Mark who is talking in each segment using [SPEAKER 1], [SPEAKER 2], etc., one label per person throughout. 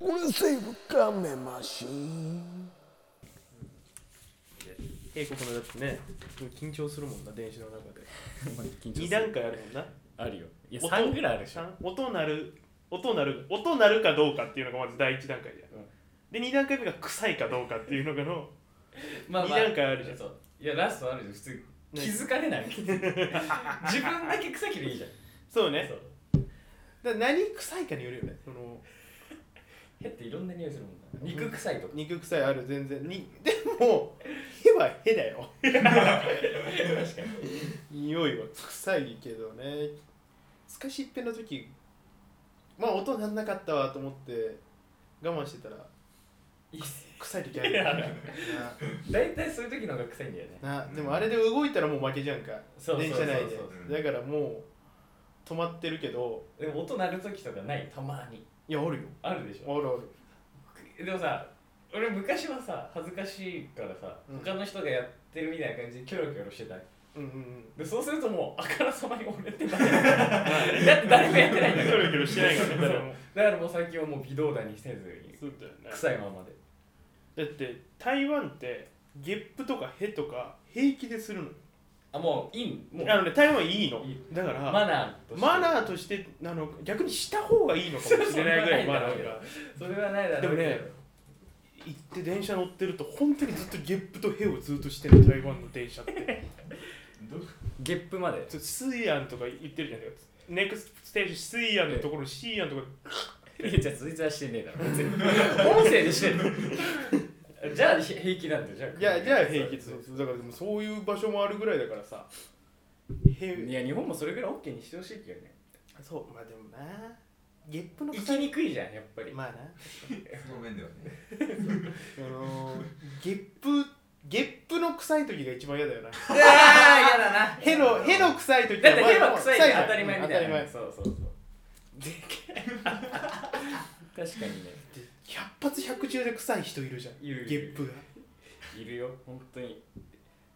[SPEAKER 1] 俺セーブカメマシン
[SPEAKER 2] 英子このだってねすごい緊張するもんな電子の中で
[SPEAKER 3] 緊張する
[SPEAKER 2] 2段階あるもんな
[SPEAKER 3] あるよいや
[SPEAKER 2] 音
[SPEAKER 3] 3ぐらいあるでしょ
[SPEAKER 2] 三音なる音なる音なるかどうかっていうのがまず第一段階じゃん、
[SPEAKER 3] うん
[SPEAKER 2] で二段階目が臭いかどうかっていうのがの
[SPEAKER 3] ま
[SPEAKER 2] 二段階あるじゃん
[SPEAKER 3] そういやラストあるじゃん普通気
[SPEAKER 2] ね
[SPEAKER 3] づかれない 自分だけ草切れいいじゃん
[SPEAKER 2] そうね
[SPEAKER 3] そう
[SPEAKER 2] だから何臭いかによるよねその
[SPEAKER 3] へっていろんな匂いするもんな肉臭いとか
[SPEAKER 2] 肉臭いある全然にでも「へ」は「へ」だよ
[SPEAKER 3] 確かに
[SPEAKER 2] 匂いは臭いけどね透かしっぺの時まあ音なんなかったわと思って我慢してたら
[SPEAKER 3] いいっす
[SPEAKER 2] 臭い時あ
[SPEAKER 3] い
[SPEAKER 2] る
[SPEAKER 3] やある大体そういう時の方が臭いんだよね
[SPEAKER 2] ななでもあれで動いたらもう負けじゃんか
[SPEAKER 3] そうそう
[SPEAKER 2] 電
[SPEAKER 3] そう
[SPEAKER 2] 車
[SPEAKER 3] そう
[SPEAKER 2] 内で
[SPEAKER 3] うん
[SPEAKER 2] だからもう止まってるけど
[SPEAKER 3] でも音鳴る時とかないたまに
[SPEAKER 2] いやあるよ
[SPEAKER 3] あるでし
[SPEAKER 2] あ
[SPEAKER 3] ょ
[SPEAKER 2] るある
[SPEAKER 3] でもさ俺昔はさ恥ずかしいからさ
[SPEAKER 2] うん
[SPEAKER 3] 他の人がやってるみたいな感じでキョロキョロしてた
[SPEAKER 2] うん うん
[SPEAKER 3] でそうするともうあからさまに俺ってな るだって誰もやってないんだか
[SPEAKER 2] キ
[SPEAKER 3] ら
[SPEAKER 2] ョロキョロしてない からね
[SPEAKER 3] そう
[SPEAKER 2] 誰も
[SPEAKER 3] だからもう最近はもう微動だにせずに
[SPEAKER 2] そうだよね
[SPEAKER 3] 臭いままで
[SPEAKER 2] だって台湾ってゲップとかへとか平気でするの
[SPEAKER 3] あもういいもう
[SPEAKER 2] あのね台湾いいの
[SPEAKER 3] いい
[SPEAKER 2] だから
[SPEAKER 3] マナーとして
[SPEAKER 2] マナーとしてあの逆にした方がいいのかもしれないぐらい
[SPEAKER 3] そう
[SPEAKER 2] マ
[SPEAKER 3] そう
[SPEAKER 2] ナーが
[SPEAKER 3] それはないだろうけど
[SPEAKER 2] でもね行って電車乗ってると本当にずっとゲップとヘをずっとしてる台湾の電車って
[SPEAKER 3] ゲップま で
[SPEAKER 2] ちょスイアンとか言ってるじゃないですかネクストステージスイアンのところシーアンとか
[SPEAKER 3] いやじゃあ続いてはしてねえだろ別に 音声でして るじゃあひ平気なんだよじゃあ
[SPEAKER 2] いやじゃあ平気です
[SPEAKER 3] そう
[SPEAKER 2] だからでもそういう場所もあるぐらいだからさ
[SPEAKER 3] い
[SPEAKER 2] へ
[SPEAKER 3] や日本もそれぐらい OK にしてほしいけどね
[SPEAKER 2] そうまあでもなゲップの
[SPEAKER 3] 行
[SPEAKER 2] 臭
[SPEAKER 3] き
[SPEAKER 2] い
[SPEAKER 3] にくいじゃんやっぱり、
[SPEAKER 2] まあな
[SPEAKER 4] その面ではね
[SPEAKER 2] あのーゲップゲップの臭い時が一番嫌だよ な
[SPEAKER 3] あ、やだなだって
[SPEAKER 2] ヘのヘの臭い時は
[SPEAKER 3] ヘは臭い
[SPEAKER 2] じゃ
[SPEAKER 3] が
[SPEAKER 2] ん
[SPEAKER 3] 当たり前みたいな、
[SPEAKER 2] うん当たり前
[SPEAKER 3] そうそうそうで確かにね
[SPEAKER 2] 100発100中で臭い人いるじゃん
[SPEAKER 3] いるいる
[SPEAKER 2] ゲップが
[SPEAKER 3] いるよ本当に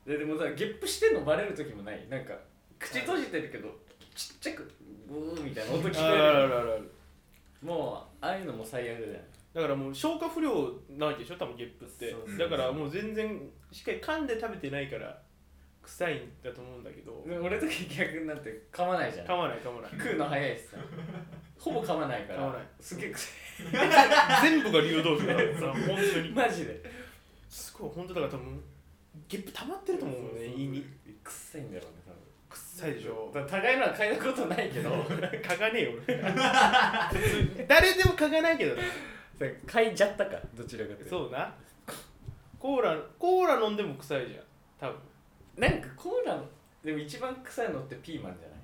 [SPEAKER 3] ででもさゲップしてんのバレる時もないなんか口閉じてるけどちっちゃくブーみたいな音聞こえる
[SPEAKER 2] あるある
[SPEAKER 3] もうああいうのも最悪だよ
[SPEAKER 2] だからもう消化不良なわけでしょ多分ゲップって
[SPEAKER 3] そうそう
[SPEAKER 2] だからもう全然しっかり噛んで食べてないから臭いんだと思うんだけど
[SPEAKER 3] で俺の時逆になって噛まないじゃん
[SPEAKER 2] 噛まない噛 まない
[SPEAKER 3] 食うの早いしさほぼ噛まないから
[SPEAKER 2] 噛まない
[SPEAKER 3] すげえ臭
[SPEAKER 2] 全部が流動酒だからさ本当
[SPEAKER 3] い
[SPEAKER 2] に
[SPEAKER 3] マジです
[SPEAKER 2] ごい本当だから多分ゲップ溜まってると思うもんね胃に
[SPEAKER 3] 臭いんだろうね多分
[SPEAKER 2] 臭いでしょ
[SPEAKER 3] だから互いのは嗅いだことな いけど
[SPEAKER 2] 嗅がねえよ俺 誰でも嗅がないけどね
[SPEAKER 3] 嗅いじゃったかどちらかというと
[SPEAKER 2] そうなコーラコーラ飲んでも臭いじゃん多分
[SPEAKER 3] なんかコーラのでも一番臭いのってピーマンじゃない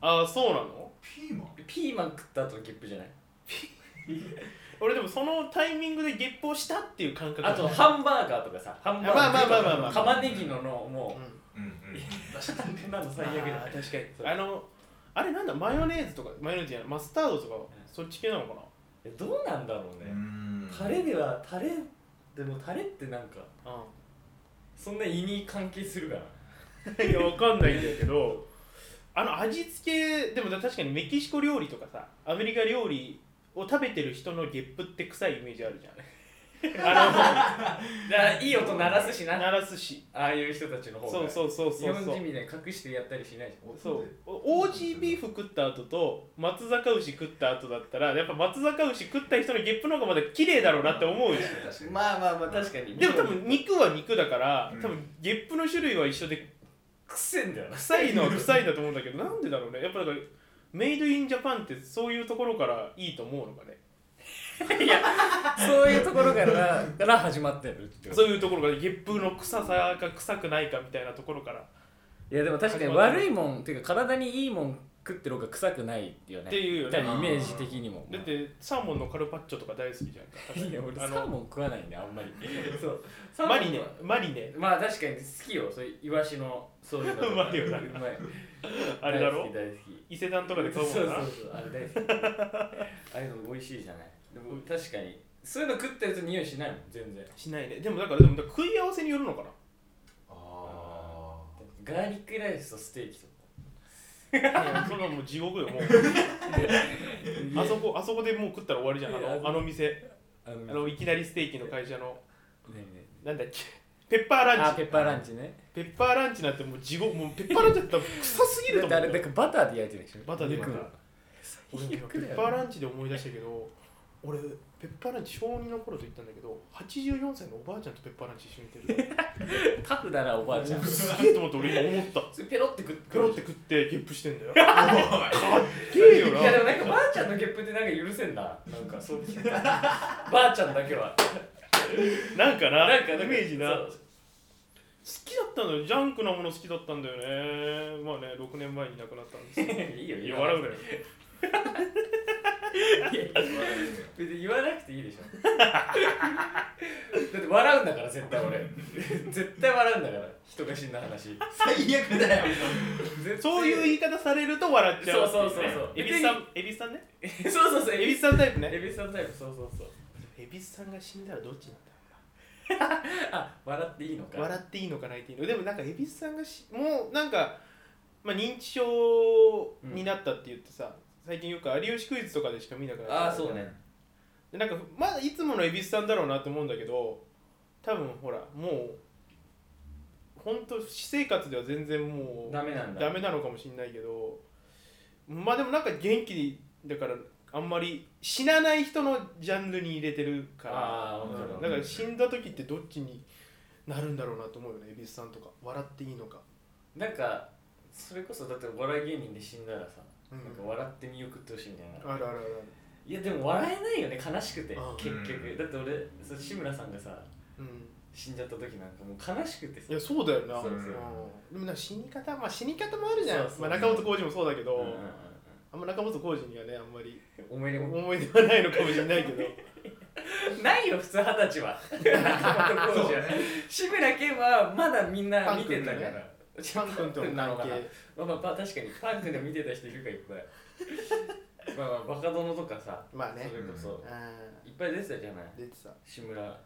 [SPEAKER 2] ああそうなの
[SPEAKER 4] ピーマン
[SPEAKER 3] ピーマン食った後のゲップじゃない
[SPEAKER 2] 俺でもそのタイミングでゲップをしたっていう感覚
[SPEAKER 3] あとハンバーガーとかさ、ハンバーガー
[SPEAKER 2] まあまあまあまあまあ
[SPEAKER 3] 玉ねぎののもう、
[SPEAKER 2] う
[SPEAKER 4] うんうん
[SPEAKER 3] こんなの最悪
[SPEAKER 2] ん、あ
[SPEAKER 3] だ。
[SPEAKER 2] ー確かに
[SPEAKER 3] そう
[SPEAKER 2] あのあれなんだマヨネーズとかマヨネーズじゃないマスタードとかそっち系なのか
[SPEAKER 3] えどうなんだろう
[SPEAKER 4] う
[SPEAKER 3] ね。
[SPEAKER 4] ん
[SPEAKER 3] タレではタレでもタレってなんか
[SPEAKER 2] な
[SPEAKER 3] そんな胃に関係するかな。
[SPEAKER 2] うん いやわかんないんだけどあの味付けでも確かにメキシコ料理とかさアメリカ料理を食べてる人のゲップって臭いイメージあるじゃん あ
[SPEAKER 3] だからいい音鳴らすし
[SPEAKER 2] の
[SPEAKER 3] な。
[SPEAKER 2] 鳴らすし
[SPEAKER 3] ああいう人たちの方が。
[SPEAKER 2] そうそうそう
[SPEAKER 3] 日
[SPEAKER 2] そう
[SPEAKER 3] 本
[SPEAKER 2] そう
[SPEAKER 3] 人みたいに隠してやったりしないじゃん。
[SPEAKER 2] そうオージービーフ食った後と松阪牛食った後だったらやっぱ松阪牛食った人のゲップの方がまだ綺麗だろうなって思うし
[SPEAKER 4] 確かに
[SPEAKER 3] まあまあまあ確かに。
[SPEAKER 2] でも多分肉は肉だから
[SPEAKER 4] うん
[SPEAKER 2] 多分ゲップの種類は一緒で
[SPEAKER 3] くせんだよな。
[SPEAKER 2] 臭いのは臭いんだと思うんだけどなんでだろうねやっぱだからメイドインジャパンってそういうところからいいと思うのかね
[SPEAKER 3] そういうところからから始まってるってこと
[SPEAKER 2] そういうところからゲップの臭さか臭くないかみたいなところからっ
[SPEAKER 3] いやでも確かに
[SPEAKER 2] 始まってる
[SPEAKER 3] 悪いもんっていうか体にいいもん食ってる方が臭くないよね。
[SPEAKER 2] ていうよ
[SPEAKER 3] 多
[SPEAKER 2] ね
[SPEAKER 3] 分イメージ的にも。
[SPEAKER 2] だってサーモンのカルパッチョとか大好きじゃんか
[SPEAKER 3] いや俺サ
[SPEAKER 2] あ
[SPEAKER 3] ー
[SPEAKER 2] の
[SPEAKER 3] モン食わないんであん まりそうサーモ
[SPEAKER 2] マ
[SPEAKER 3] ンは
[SPEAKER 2] リネマリネ
[SPEAKER 3] まあ確かに好きよそういうイワシのそういうの
[SPEAKER 2] うまいよな
[SPEAKER 3] うまい
[SPEAKER 2] あれだろ
[SPEAKER 3] 大好き大好き
[SPEAKER 2] 伊勢丹とかで買うも
[SPEAKER 3] そうん
[SPEAKER 2] な
[SPEAKER 3] そうそうあれ大好きああいうの美味しいじゃないでも確かにそういうの食ってると匂いしないもん全然
[SPEAKER 2] しないねでもだからでもだから食い合わせによるの かな
[SPEAKER 4] あ
[SPEAKER 3] ガーリックライスとステーキとか
[SPEAKER 2] うんそんなもう地獄よもうあそこあそこでもう食ったら終わりじゃんあ
[SPEAKER 3] いや
[SPEAKER 2] のあの店
[SPEAKER 3] あの
[SPEAKER 2] あのいきなりステーキの会社の
[SPEAKER 3] 何何
[SPEAKER 2] なんだっけペッパーラ
[SPEAKER 3] あ
[SPEAKER 2] ン
[SPEAKER 3] ペ
[SPEAKER 2] チ
[SPEAKER 3] ッパーランチね
[SPEAKER 2] ペッパーランチなんてもう地獄もうペッパーランチだったら 臭すぎると
[SPEAKER 3] だっ
[SPEAKER 2] 思
[SPEAKER 3] てあ
[SPEAKER 2] う
[SPEAKER 3] れだからバターで焼いてるでしょ
[SPEAKER 2] バターで焼いてる
[SPEAKER 3] 肉を
[SPEAKER 2] 俺ペッパーランチで思い出したけど俺ペッパーランチ小2の頃と言ったんだけど84歳のおばあちゃんとペッパーランチ一緒に行ってる
[SPEAKER 3] タフだなおばあちゃ ん
[SPEAKER 2] すげえと思って俺今思 った
[SPEAKER 3] それペロって食って
[SPEAKER 2] ペロって食ってゲップしてんだよ
[SPEAKER 3] い
[SPEAKER 2] いよな
[SPEAKER 3] やでもなんかばあちゃんのゲップってなんか許せん ななんかそうばあちゃんだけは
[SPEAKER 2] なんかな
[SPEAKER 3] なんか
[SPEAKER 2] イメージな
[SPEAKER 3] そう
[SPEAKER 2] 好きだったのよジャンクなもの好きだったんだよねまあね6年前に亡くなったんですけど
[SPEAKER 3] いいよ
[SPEAKER 2] いや笑うなよ
[SPEAKER 3] いや別に言わなくていいでしょだって笑うんだから絶対俺絶対笑うんだから人が死んだ話
[SPEAKER 4] 最悪だよ
[SPEAKER 2] そういう言い方されると笑っちゃう
[SPEAKER 3] そうそうそうそう
[SPEAKER 2] エビスさんエビスさんね
[SPEAKER 3] うそうそうそう
[SPEAKER 2] エ
[SPEAKER 3] エ
[SPEAKER 2] ビ
[SPEAKER 3] ビ
[SPEAKER 2] ス
[SPEAKER 3] ス
[SPEAKER 2] さんタイプね
[SPEAKER 3] エビスさんタイプそうそうそう
[SPEAKER 2] エビスさんが死んだらどっちなんだ
[SPEAKER 3] あ笑っていいのか
[SPEAKER 2] 笑っていいのか泣いていいのでもなんか蛭子さんがしもうなんか、まあ、認知症になったって言ってさ、最近よく「有吉クイズ」とかでしか見なくなった
[SPEAKER 3] ああそうね
[SPEAKER 2] でなんかまあいつもの蛭子さんだろうなと思うんだけど多分ほらもう本当私生活では全然もう
[SPEAKER 3] ダメなんだ
[SPEAKER 2] ダメなのかもしれないけどまあでもなんか元気だからあんまり死なない人のジャンルに入れてるから
[SPEAKER 3] あーわかるわか
[SPEAKER 2] だ
[SPEAKER 3] る
[SPEAKER 2] から死んだ時ってどっちになるんだろうなと思うよね蛭子さんとか笑っていいのか
[SPEAKER 3] なんかそれこそだってお笑い芸人で死んだらさ、
[SPEAKER 2] うん
[SPEAKER 3] なんか笑って見送ってほしいみたいな
[SPEAKER 2] あるあるある
[SPEAKER 3] いやでも笑えないよね悲しくて
[SPEAKER 2] うん
[SPEAKER 3] 結局だって俺そう志村さんがさ
[SPEAKER 2] うん
[SPEAKER 3] 死んじゃった時なんかもう悲しくてさ
[SPEAKER 2] いやそうだよな
[SPEAKER 4] そうそう
[SPEAKER 2] うんでもなんか死に方まあ死に方もあるじゃん
[SPEAKER 3] そうそう
[SPEAKER 2] まあ、中本浩二もそうだけど、
[SPEAKER 3] うんうんうんうん
[SPEAKER 2] あんま中本浩二にはねあんまり
[SPEAKER 3] おめでとう
[SPEAKER 2] 思い出はないのかもしれないけ ど
[SPEAKER 3] ないよ普通二十歳は中本浩二は志村けんはまだみんな見てたから
[SPEAKER 2] パン君との
[SPEAKER 3] なの
[SPEAKER 2] 関
[SPEAKER 3] かな
[SPEAKER 2] 係
[SPEAKER 3] まあまあまあ確かにパンクでも見てた人いるかいっぱい まあまあバカ殿とかさ
[SPEAKER 2] まあ
[SPEAKER 3] そ
[SPEAKER 2] ね
[SPEAKER 3] れこそ
[SPEAKER 2] う
[SPEAKER 3] いっぱい出てたじゃない
[SPEAKER 2] ん出てた
[SPEAKER 3] 志村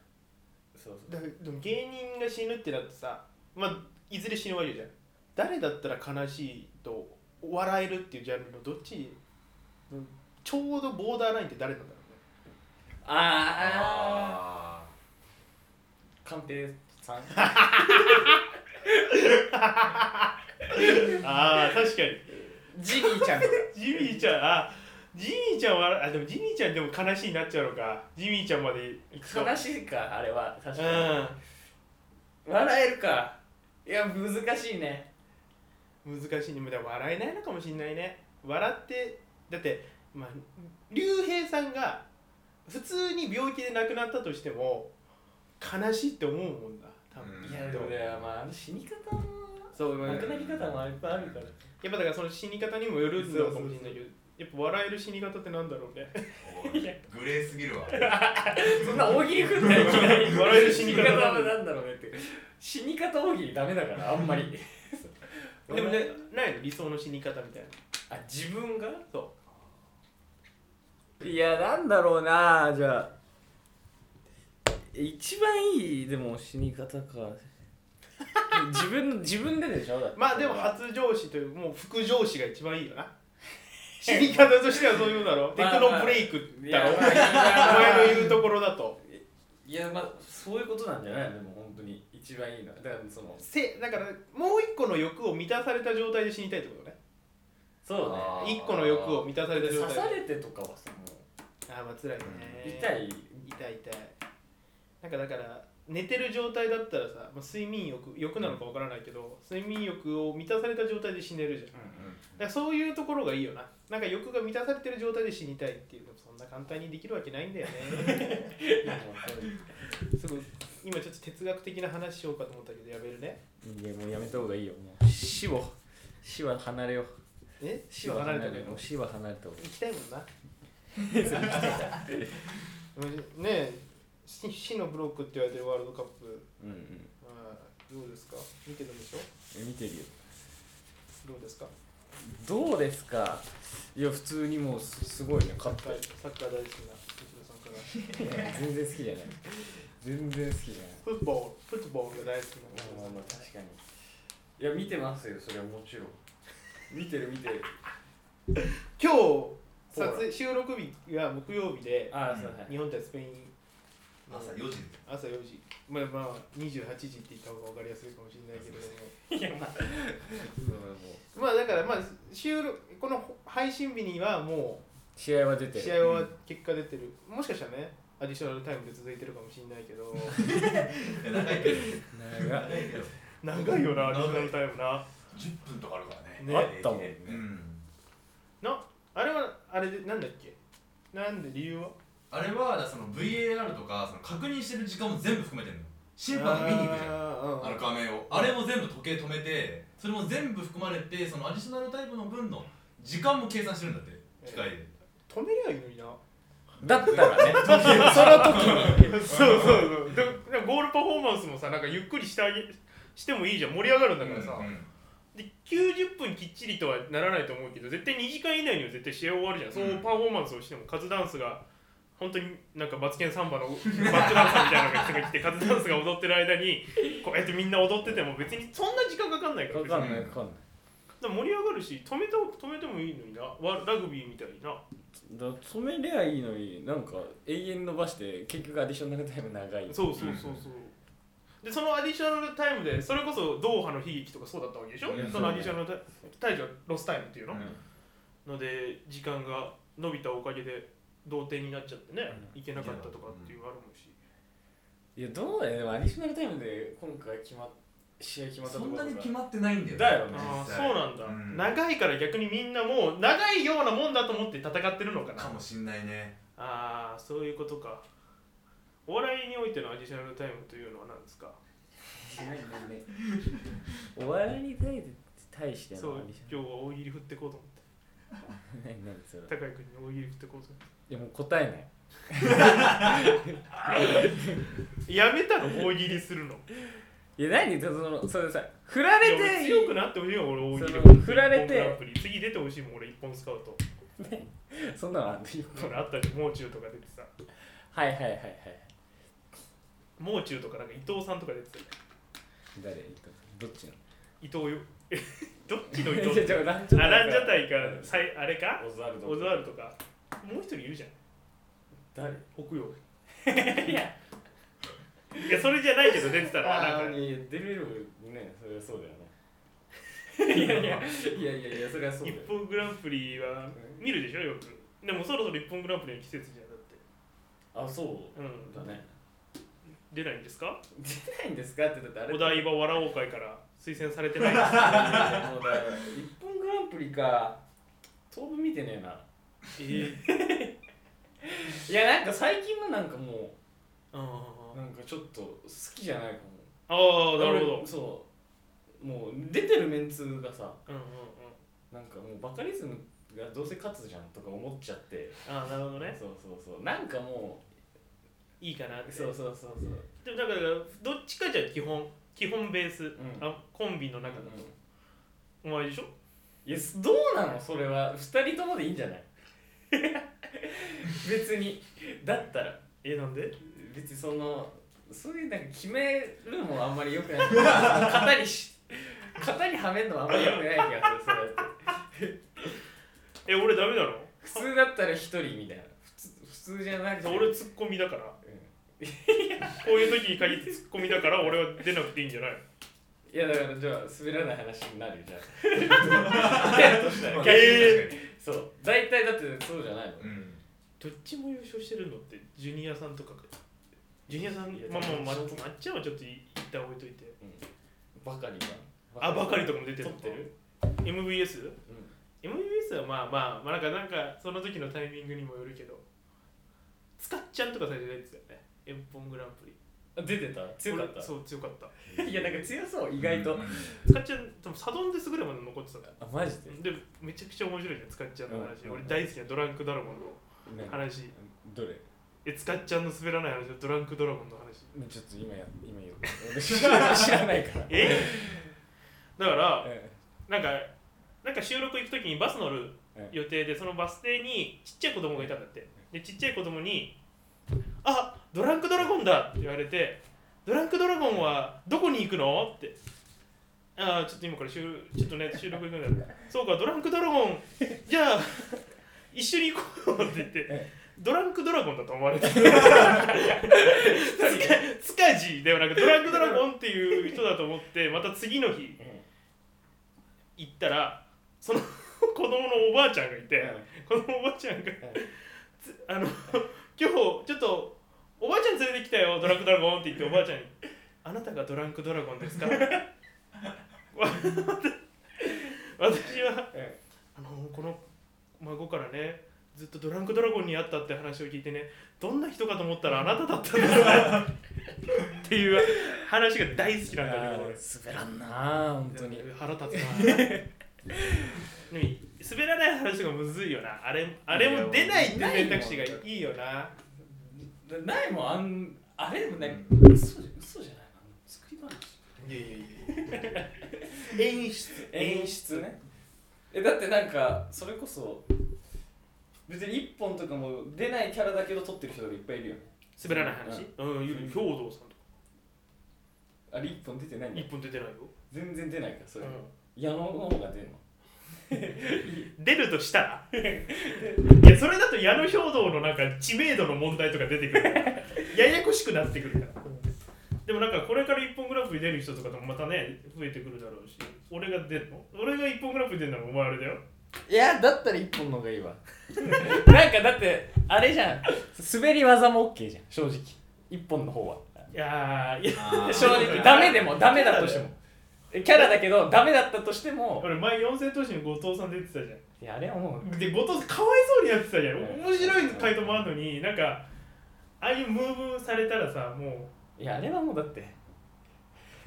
[SPEAKER 3] そうそ
[SPEAKER 2] だ
[SPEAKER 3] う
[SPEAKER 2] でも芸人が死ぬってなってさまあいずれ死ぬわけじゃん誰だったら悲しいと笑えるっていうジャンルのどっちうんちょうどボーダーラインって誰なんだろうね
[SPEAKER 3] ああ
[SPEAKER 4] あ
[SPEAKER 3] 鑑定さん
[SPEAKER 2] ああ確かに
[SPEAKER 3] ジミーちゃんとか
[SPEAKER 2] ジミーちゃんあジミーちゃんはあでもジミーちゃんでも悲しいになっちゃうのかジミーちゃんまで行くと
[SPEAKER 3] 悲しいかあれは確
[SPEAKER 2] う
[SPEAKER 3] かに、
[SPEAKER 2] ん
[SPEAKER 3] 笑えるかいや難しいね
[SPEAKER 2] 難しいねでも笑えないのかもしれないね笑ってだってまあ竜兵さんが普通に病気で亡くなったとしても悲しいって思うもんな多分、
[SPEAKER 4] うん
[SPEAKER 3] いやでもねまああの死に方も
[SPEAKER 2] そう
[SPEAKER 3] 亡
[SPEAKER 2] やっ
[SPEAKER 3] くなり方もいっぱいあるから
[SPEAKER 2] ぱだからその死に方にもよるのかもしれないけどやっぱ笑える死に方ってなんだろ うね
[SPEAKER 4] ーおいグレーすぎるわ
[SPEAKER 3] そんな大喜利くんないきなり
[SPEAKER 2] 笑える死に方
[SPEAKER 3] はなんだろうねって死に方大喜利ダメだからあんまり
[SPEAKER 2] でもねないの理想の死に方みたいな
[SPEAKER 3] あ自分が
[SPEAKER 2] そ
[SPEAKER 3] いやなんだろうなじゃあ一番いいでも死に方 か自分の自分ででしょだって
[SPEAKER 2] うまあでも初上司というもう副上司が一番いいよ な死に方としてはそういうのだろテ
[SPEAKER 3] まあ
[SPEAKER 2] クノブレイク
[SPEAKER 3] い
[SPEAKER 2] だ
[SPEAKER 3] や
[SPEAKER 2] ろ
[SPEAKER 3] まあいや
[SPEAKER 2] お前の言うところだと
[SPEAKER 3] いやまあそういうことなんじゃないのでも本当に一番いいのはだからその
[SPEAKER 2] せだからもう一個の欲を満たされた状態で死にたいってことね
[SPEAKER 3] そうね
[SPEAKER 4] あー
[SPEAKER 2] 一個の欲を満たされた状
[SPEAKER 3] 刺
[SPEAKER 2] 態
[SPEAKER 3] されてとかはさも
[SPEAKER 2] あーまあ辛いね
[SPEAKER 3] う痛い
[SPEAKER 2] 痛い痛いなんかだから寝てる状態だったらさ、まあ、睡眠欲欲なのかわからないけど、睡眠欲を満たされた状態で死ねるじゃんだか
[SPEAKER 4] うん
[SPEAKER 2] らそういうところがいいよななんか欲が満たされてる状態で死にたいっていうのもそんな簡単にできるわけないんだよ ねすごい今ちょっと哲学的な話しようかと思ったけどやめるね
[SPEAKER 3] いやもうやめた方がいいよもう死を死は離れよう
[SPEAKER 2] え
[SPEAKER 3] 死は離れたけ
[SPEAKER 2] けど
[SPEAKER 3] ど死は離れた方がい
[SPEAKER 2] 行きたいもんなねえ死死のブロックって言われてるワールドカップ、
[SPEAKER 3] いうん
[SPEAKER 2] うん、どうですか見てるんでしょ
[SPEAKER 3] うん見てるよ
[SPEAKER 2] どうですか
[SPEAKER 3] どうですかいや普通にもうすすごいね
[SPEAKER 2] サッ
[SPEAKER 3] 勝った
[SPEAKER 2] カーサッカー大好きな内田さんから
[SPEAKER 3] 全然好きじゃない全然好きじゃない
[SPEAKER 2] フットボールフットボールが大好き
[SPEAKER 3] まあま
[SPEAKER 2] な
[SPEAKER 3] あまあ確かにいや見てますよそれはもちろん見てる見て る
[SPEAKER 2] 今日撮影収録日が木曜日で
[SPEAKER 3] ああ
[SPEAKER 4] うん
[SPEAKER 3] そうはい
[SPEAKER 2] 日本対スペイン
[SPEAKER 4] 朝4時
[SPEAKER 2] 朝4時まあまあ28時って言った方が分かりやすいかもしれないけれども
[SPEAKER 3] いやまあ
[SPEAKER 2] まあだからまあ収録この配信日にはも
[SPEAKER 3] 試合は出
[SPEAKER 2] う
[SPEAKER 3] てる
[SPEAKER 2] 試合は結果出てる、もしかしたらねアディショナルタイムで続いてるかもしれないけど
[SPEAKER 4] いや長いけど
[SPEAKER 3] 長い
[SPEAKER 4] 長いけど
[SPEAKER 2] 長いよなアディショナルタイムな
[SPEAKER 4] 10分とかあるからね
[SPEAKER 2] ね
[SPEAKER 3] あったもんね
[SPEAKER 4] うん
[SPEAKER 2] なあれはあれでなんだっけなんで理由は
[SPEAKER 4] あれはだからその VAR とかその確認してる時間も全部含めてるの審判が見に行くじゃん
[SPEAKER 2] あ
[SPEAKER 4] あの画面をあれも全部時計止めてそれも全部含まれてそのアディショナルタイムの分の時間も計算してるんだって機械で
[SPEAKER 2] ー止めりゃいいのにな
[SPEAKER 3] だったら ねその時に
[SPEAKER 2] そうそうそうででもゴールパフォーマンスもさなんかゆっくりしてあげしてもいいじゃん盛り上がるんだからさ、
[SPEAKER 4] うんうん
[SPEAKER 2] で90分きっちりとはならないと思うけど絶対2時間以内には絶対試合終わるじゃん、そのパフォーマンスをしてもカズダンスが本当になんかマツケンサンバのバックダンサーみたいなのが人が来てカズダンスが踊ってる間にこうやってみんな踊ってても別にそんな時間かかんないから
[SPEAKER 3] 分
[SPEAKER 2] 別に
[SPEAKER 3] かんない分かんない
[SPEAKER 2] だから盛り上がるし止めた止めてもいいのになわラグビーみたいにな
[SPEAKER 3] だ止めりゃいいのになんか永遠伸ばして結局アディショナルタイム長い
[SPEAKER 2] そうそうそうそう、でそのアディショナルタイムでそれこそドーハの悲劇とかそうだったわけでしょ、
[SPEAKER 4] うん
[SPEAKER 2] そのアディショナルタイムロスタイムっていうの、
[SPEAKER 4] う
[SPEAKER 2] ので時間が伸びたおかげで同点になっちゃってね、いけなかったとかっていうのあるもんし、
[SPEAKER 3] いやどうだよねでもアディショナルタイムで今回決まっ試合決ま
[SPEAKER 4] ん
[SPEAKER 3] った
[SPEAKER 4] そ
[SPEAKER 3] とこ
[SPEAKER 4] ん
[SPEAKER 3] ろ
[SPEAKER 4] なに決
[SPEAKER 3] っ
[SPEAKER 4] まってないんだよ
[SPEAKER 3] だよね
[SPEAKER 2] ああ
[SPEAKER 4] 実
[SPEAKER 2] そ
[SPEAKER 4] 際
[SPEAKER 2] うなんだ、
[SPEAKER 4] うん
[SPEAKER 2] 長いから逆にみんなもう長いようなもんだと思って戦ってるのかな
[SPEAKER 4] かもしんないね
[SPEAKER 2] ああそういうことかお笑いにおいてのアディショナルタイムというのは何ですか
[SPEAKER 3] お笑いに対して対して
[SPEAKER 2] そう
[SPEAKER 3] のアディショ
[SPEAKER 2] 今日は大喜利振ってこうと思っ
[SPEAKER 3] ナル 何それ
[SPEAKER 2] て高井君に大喜利振ってこうと思
[SPEAKER 3] いやもう答えない
[SPEAKER 2] ってやめたの大喜利するの
[SPEAKER 3] いや何そのそれさ振られ
[SPEAKER 2] いや
[SPEAKER 3] て
[SPEAKER 2] 俺強くなってほしいよ俺大喜利
[SPEAKER 3] その振られて
[SPEAKER 2] 一本グランプリ次出てほしいもん俺一本スカウト
[SPEAKER 3] そんなのあんの
[SPEAKER 2] ほらあったじゃんもう中とか出てさ
[SPEAKER 3] はいはいはいはい
[SPEAKER 2] もう中とかなんか伊藤さんとか出てたよね
[SPEAKER 3] 誰どっちの
[SPEAKER 2] 伊藤よえどっちの伊
[SPEAKER 3] い
[SPEAKER 2] 藤
[SPEAKER 3] やじゃあランジャ
[SPEAKER 2] あ
[SPEAKER 3] タイ
[SPEAKER 2] ランジャタイか
[SPEAKER 3] うん
[SPEAKER 2] さいあれか
[SPEAKER 3] オズワルド
[SPEAKER 2] オズワルドかもう一人いるじゃん
[SPEAKER 3] 誰
[SPEAKER 2] 北洋いやそれじゃないけど出てたのは
[SPEAKER 3] あ
[SPEAKER 2] な
[SPEAKER 3] あ
[SPEAKER 2] んか
[SPEAKER 3] に出れるねそれはそうだよねいやいやいやいやいやそれはそうだ
[SPEAKER 2] 日
[SPEAKER 3] よ
[SPEAKER 2] 本グランプリは見るでしょよくでもそろそろ日本グランプリの季節じゃんだって
[SPEAKER 3] あそう
[SPEAKER 2] う
[SPEAKER 3] だ
[SPEAKER 2] ん
[SPEAKER 3] ね
[SPEAKER 2] 出ないんですか
[SPEAKER 3] 出ないんですかってだってあれ
[SPEAKER 2] お 台場笑おう会から推薦されてないです
[SPEAKER 3] もうだから日本グランプリか当分見てねえな
[SPEAKER 2] ええ
[SPEAKER 3] いやなんか最近のなんかも
[SPEAKER 2] あ
[SPEAKER 3] うなんかちょっと好きじゃないか
[SPEAKER 2] あー
[SPEAKER 3] も
[SPEAKER 2] なるほど
[SPEAKER 3] 俺そうもう出てるメンツがさ
[SPEAKER 2] うんうんうん
[SPEAKER 3] なんかもうバカリズムがどうせ勝つじゃんとか思っちゃって
[SPEAKER 2] ああなるほどね
[SPEAKER 3] そうそうそうなんかも
[SPEAKER 2] いいかなっ
[SPEAKER 3] う
[SPEAKER 2] て
[SPEAKER 3] そうそうそうそう
[SPEAKER 2] でもだからどっちかじゃあ基本基本ベース、
[SPEAKER 3] ん
[SPEAKER 2] あコンビの中だと、お前でしょ
[SPEAKER 3] いやどうなのそれは2人ともでいいんじゃない 別にだったら
[SPEAKER 2] えなんで
[SPEAKER 3] 別にそのそういうなんか決めるのもあんまりよくない 型にし型にはめるのもあんまりよくない気がする
[SPEAKER 2] え俺ダメだろ
[SPEAKER 3] それだって普通だったら1人みたいな普通普通じゃなくて
[SPEAKER 2] 俺ツッコミだからこ
[SPEAKER 3] う
[SPEAKER 2] ういう時に限ってツッコミだから俺は出なくていいんじゃないの
[SPEAKER 3] んいやだからじゃあ滑らない話になるよじゃ
[SPEAKER 4] まあ
[SPEAKER 2] え
[SPEAKER 3] あそう大体だってそうじゃないの
[SPEAKER 4] 確かにうん
[SPEAKER 2] どっちも優勝してるのってジュニアさんとかかジュニアさん
[SPEAKER 3] いや
[SPEAKER 2] まあまあまあ
[SPEAKER 3] で
[SPEAKER 2] ま
[SPEAKER 3] も
[SPEAKER 2] っちゃんはちょっと一旦置いといて
[SPEAKER 3] バカリが
[SPEAKER 2] あばかりとかも出て
[SPEAKER 3] 撮
[SPEAKER 2] る
[SPEAKER 3] ってる
[SPEAKER 2] MVS?MVS
[SPEAKER 3] うん
[SPEAKER 2] はまあまあまあなんかなんかその時のタイミングにもよるけどつかっちゃんとか最初出てたよねエンポングランプリ
[SPEAKER 3] あ出てた強かった
[SPEAKER 2] 俺そう強かった
[SPEAKER 3] いやなんか強そう意外と、
[SPEAKER 4] うん
[SPEAKER 2] つかっちゃん多分サドンデスぐらいまで残ってたから
[SPEAKER 3] あマジで
[SPEAKER 2] でめちゃくちゃ面白いじゃんつかっちゃんの話、
[SPEAKER 3] うん
[SPEAKER 2] 俺大好きなドランクドラゴンの話
[SPEAKER 3] どれ
[SPEAKER 2] えつかっちゃんの滑らない話とドランクドラゴンの話
[SPEAKER 3] ちょっと今や今言う俺知ら知らないから
[SPEAKER 2] えだから
[SPEAKER 3] え
[SPEAKER 2] なんかなんか収録行く時にバス乗る予定でそのバス停にちっちゃい子供がいたんだってでちっちゃい子供に「あドランクドラゴンだ!」って言われて「ドランクドラゴンはどこに行くの?」って「ああちょっと今から収ちょっとね収録行く んだそうかドランクドラゴンじゃあ一緒に行こう」って言って
[SPEAKER 3] え
[SPEAKER 2] ドランクドラゴンだと思わ れてるつかじではなくドランクドラゴンっていう人だと思ってまた次の日行ったらその 子供のおばあちゃんがいて、このおばあちゃんが、つあの今日ちょっとおばあちゃん連れてきたよドランクドラゴンって言っておばあちゃんに「あなたがドランクドラゴンですか?」わ 私はあのこの孫からねずっとドランクドラゴンに会ったって話を聞いてねどんな人かと思ったらあなただったんですねっていう話が大好きなんだけど俺
[SPEAKER 3] 滑らんなあ本当に
[SPEAKER 2] 腹立つなでも滑らない話がむずいよなあれあれも出ないって選択肢がいいよな
[SPEAKER 3] ないもんあんあれでもね嘘じゃ嘘じゃないあの作り話
[SPEAKER 4] いやいやいや
[SPEAKER 2] 演出
[SPEAKER 3] 演出ねえだってなんかそれこそ別に一本とかも出ないキャラだけど撮ってる人がいっぱいいるよね
[SPEAKER 2] 滑らない話うん、いる兵道さんとか
[SPEAKER 3] あれ一本出てないんだ
[SPEAKER 2] 一本出てないよ、
[SPEAKER 3] 全然出ないからそれ、
[SPEAKER 2] う
[SPEAKER 3] 矢野の方が出るの
[SPEAKER 2] ん、出るとした らいやそれだと矢野兵道のなんか知名度の問題とか出てくる からややこしくなってくるからでもなんかこれから一本グランプリ出る人とかともまたね増えてくるだろうし俺が出るの俺が一本グランプリ出るのはお前あれだよ
[SPEAKER 3] いやだったら一本の方がいいわ なんかだってあれじゃん滑り技も OK じゃん正直一本の方はい
[SPEAKER 2] やーいや
[SPEAKER 4] あー
[SPEAKER 3] 正直ダメでもダメだとしてもキャラだけどダメだったとしても
[SPEAKER 2] 俺前四千頭身の後藤さん出てたじゃ
[SPEAKER 3] いやあれはもうん
[SPEAKER 2] で後藤さんかわいそうにやってたじゃん面白い回答もあるのになんかああいうムーブされたらさもう
[SPEAKER 3] いやあれはもうだって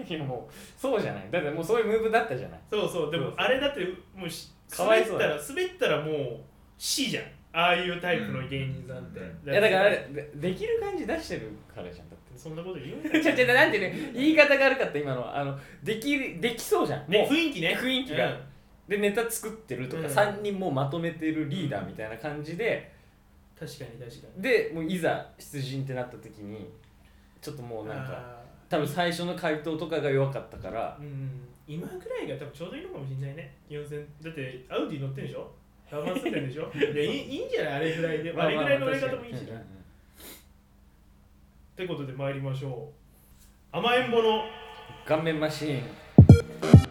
[SPEAKER 3] いやもうそうじゃないだってもうそういうムーブだったじゃない
[SPEAKER 2] そうそうで
[SPEAKER 3] そう
[SPEAKER 2] も
[SPEAKER 3] そう
[SPEAKER 2] あれだってもうし
[SPEAKER 3] かわ
[SPEAKER 2] 滑
[SPEAKER 3] い
[SPEAKER 2] っ
[SPEAKER 3] そう
[SPEAKER 2] た
[SPEAKER 3] だ
[SPEAKER 2] ら滑ったらもう死じゃんああいうタイプの芸人さんって、
[SPEAKER 4] うん
[SPEAKER 3] いやだからあれでできる感じ出してるからじゃんだって
[SPEAKER 2] そんなこと言 うな
[SPEAKER 3] ちょちょなんていうの言い方が悪かった今のあのできるできそうじゃんも
[SPEAKER 2] ね
[SPEAKER 3] う
[SPEAKER 2] 雰囲気ね
[SPEAKER 3] 雰囲気が
[SPEAKER 2] うん
[SPEAKER 3] でネタ作ってるとか、
[SPEAKER 2] うん
[SPEAKER 3] 3人もうまとめてるリーダーみたいな感じで
[SPEAKER 2] 確かに確か
[SPEAKER 3] でもういざ出陣ってなった時にちょっともう
[SPEAKER 2] に
[SPEAKER 3] なんか
[SPEAKER 2] あー
[SPEAKER 3] 多分最初の回答とかが弱かったから
[SPEAKER 2] うん今ぐらいが多分ちょうどいいのかもしれないね4000だってアウディ乗ってるでしょ我慢してるでし ょいやいいいいんじゃないあれぐらいで、
[SPEAKER 3] ま
[SPEAKER 2] あれぐらいのやり
[SPEAKER 3] 確
[SPEAKER 2] 方
[SPEAKER 3] か
[SPEAKER 2] も
[SPEAKER 3] に
[SPEAKER 2] いいし
[SPEAKER 3] うんうんうん
[SPEAKER 2] ってことで参りましょう甘えんぼの
[SPEAKER 3] 顔面マシーン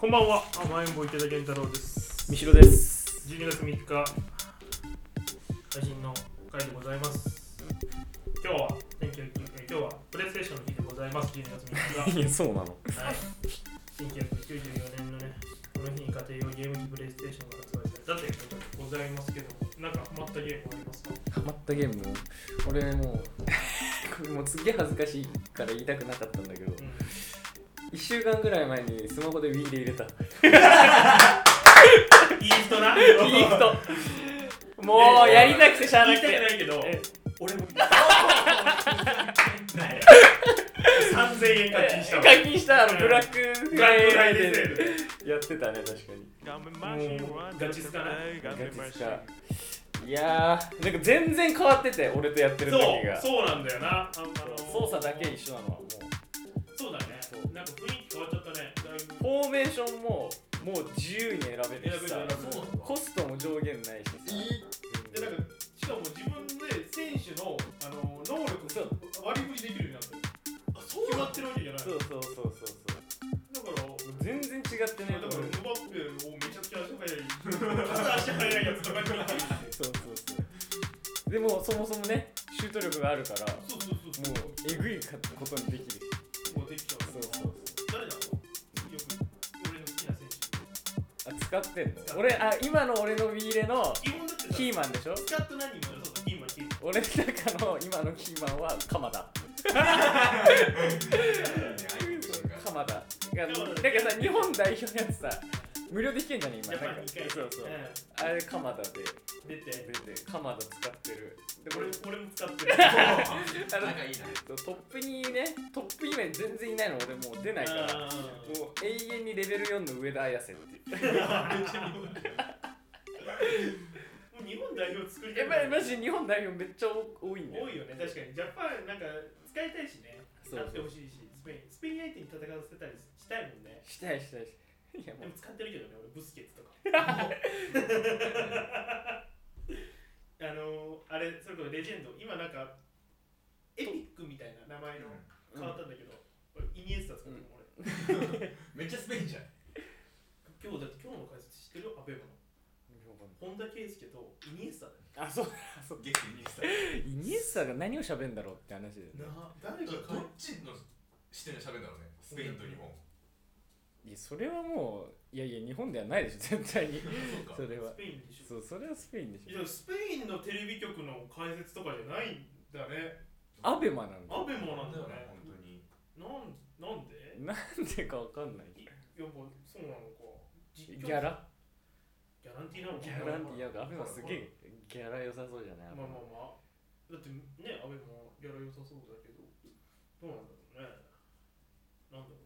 [SPEAKER 2] こんばんは甘えんぼ池田健太郎です
[SPEAKER 3] 三代です
[SPEAKER 2] 12月3日配信の回でございます今日は天気今日はプレイステーションの日でございます12月3日
[SPEAKER 3] いやそうなの
[SPEAKER 2] がはい1994年のねこの日に家庭用ゲーム機プレイステーションが発売されたということでございますけどなんかハマったゲームありますか
[SPEAKER 3] ハマったゲームを俺 もうこれもうすっげえ恥ずかしいから言いたくなかったんだけど
[SPEAKER 2] うん
[SPEAKER 3] 1週間ぐらい前にスマホで Wii で入れ た
[SPEAKER 2] いい人な
[SPEAKER 3] い い人もうやりたくてしゃあ
[SPEAKER 2] 言
[SPEAKER 3] ないく
[SPEAKER 2] たく
[SPEAKER 3] て
[SPEAKER 2] ないけど
[SPEAKER 3] え
[SPEAKER 2] 俺もない3000円課金したわ
[SPEAKER 3] 課金したあのブラックフ
[SPEAKER 2] ブラ
[SPEAKER 3] ラ
[SPEAKER 2] ック
[SPEAKER 3] イ
[SPEAKER 2] フライデ
[SPEAKER 3] デ
[SPEAKER 2] ーセ
[SPEAKER 3] ー
[SPEAKER 2] ール
[SPEAKER 3] でやってたね確かに
[SPEAKER 2] もうガチつかない
[SPEAKER 3] ガチっすかいやーなんか全然変わってて俺とやってる
[SPEAKER 2] そう
[SPEAKER 3] 時が
[SPEAKER 2] そうなんだよなあの
[SPEAKER 3] 操作だけ一緒なのはもう
[SPEAKER 2] そうだね
[SPEAKER 3] そう
[SPEAKER 2] なんか雰囲気変わっちゃったねだいぶ
[SPEAKER 3] フォーメーションももう自由に選べるしさ
[SPEAKER 2] 選べる選べる
[SPEAKER 3] コストも上限ないしさ
[SPEAKER 2] でなんかしかも自分で選手のあの能力
[SPEAKER 3] そう
[SPEAKER 2] を割り振りできるようになってるあそう決まってるわけじゃないだか
[SPEAKER 3] そうそうそうそうそう
[SPEAKER 2] ら
[SPEAKER 3] 全然違ってね
[SPEAKER 2] だからムバッペをめちゃくちゃ足速い片足速いやつとかに
[SPEAKER 3] そうそうそうでもそもそもねシュート力があるからも
[SPEAKER 2] そうそうそう
[SPEAKER 3] うえぐいことにできるし
[SPEAKER 2] うもうできちゃう
[SPEAKER 3] そうそう
[SPEAKER 2] 誰だろうよく俺の好きな選手
[SPEAKER 3] あ使ってんの俺あ今の俺のビーレの
[SPEAKER 2] 基本だってさ
[SPEAKER 3] キーマンでしょ
[SPEAKER 2] スカット何人もいるそうそうキーマンキーマン
[SPEAKER 3] 俺の中の今のキーマンは鎌田鎌田がなんかさ日本代表のやつさ無料で弾けんじゃね今
[SPEAKER 2] やっぱ
[SPEAKER 3] なん
[SPEAKER 2] り2
[SPEAKER 3] か
[SPEAKER 2] 回
[SPEAKER 3] そうそう
[SPEAKER 2] え
[SPEAKER 3] あれ鎌田で
[SPEAKER 2] え出て
[SPEAKER 3] 出て鎌田使ってるで
[SPEAKER 2] 俺
[SPEAKER 3] 俺
[SPEAKER 2] 俺も使ってる
[SPEAKER 3] あの
[SPEAKER 4] 仲いいな
[SPEAKER 3] トップにねトップ以外に全然いないの俺もう出ないから
[SPEAKER 2] あー
[SPEAKER 3] もう永遠にレベル4の上田綾瀬っていう
[SPEAKER 2] もう日本代表作りた
[SPEAKER 3] え
[SPEAKER 2] い
[SPEAKER 3] まマジ日本代表めっちゃ多いんだよ
[SPEAKER 2] 多いよね確かにジャパンなんか使いたいしね
[SPEAKER 3] そう
[SPEAKER 2] 勝ってほしいしスペインスペイン相手に戦わせたりしたいもんね
[SPEAKER 3] したいしたいしたいいや
[SPEAKER 2] で
[SPEAKER 3] もう
[SPEAKER 2] も使ってるけどね俺ブスケ ツとかあのー、あれそれこそレジェンド今なんかエピックみたいな名前の変わったんだけど、俺イニエスタ使ってるもん俺、
[SPEAKER 4] めっちゃスペインじゃん
[SPEAKER 2] 今日だって今日の解説知ってるアベマの本田圭佑とイニエスタだよ
[SPEAKER 3] あそうあそう
[SPEAKER 4] 激にしたど
[SPEAKER 3] イニエスタが何を喋るんだろうって話で
[SPEAKER 2] な誰が書い
[SPEAKER 4] っちの視点で喋るんだろうねスペインと日本
[SPEAKER 3] いやそれはもういやいや日本ではないでしょ絶対に
[SPEAKER 4] そうか
[SPEAKER 3] それは
[SPEAKER 2] スペインでしょ
[SPEAKER 3] そうそれはスペインでし
[SPEAKER 2] い
[SPEAKER 3] ょ
[SPEAKER 2] やスペインのテレビ局の解説とかじゃないんだね
[SPEAKER 3] アベマなんだ
[SPEAKER 2] アベマなん
[SPEAKER 4] だ
[SPEAKER 2] だ
[SPEAKER 4] よ
[SPEAKER 2] よ
[SPEAKER 4] ね
[SPEAKER 2] ね
[SPEAKER 4] 本当に
[SPEAKER 2] なんなんで
[SPEAKER 3] なんでかわかんない
[SPEAKER 2] いやっぱそうなのか
[SPEAKER 3] ギ
[SPEAKER 2] 実況
[SPEAKER 3] ャラ
[SPEAKER 2] ギャランティーなのか
[SPEAKER 3] ギ
[SPEAKER 2] な
[SPEAKER 3] ャラいやアベマすげえギャラ良さそうじゃない
[SPEAKER 2] まあまあまあだってねアベマギャラ良さそうだけどどうなんだろうねなんだろう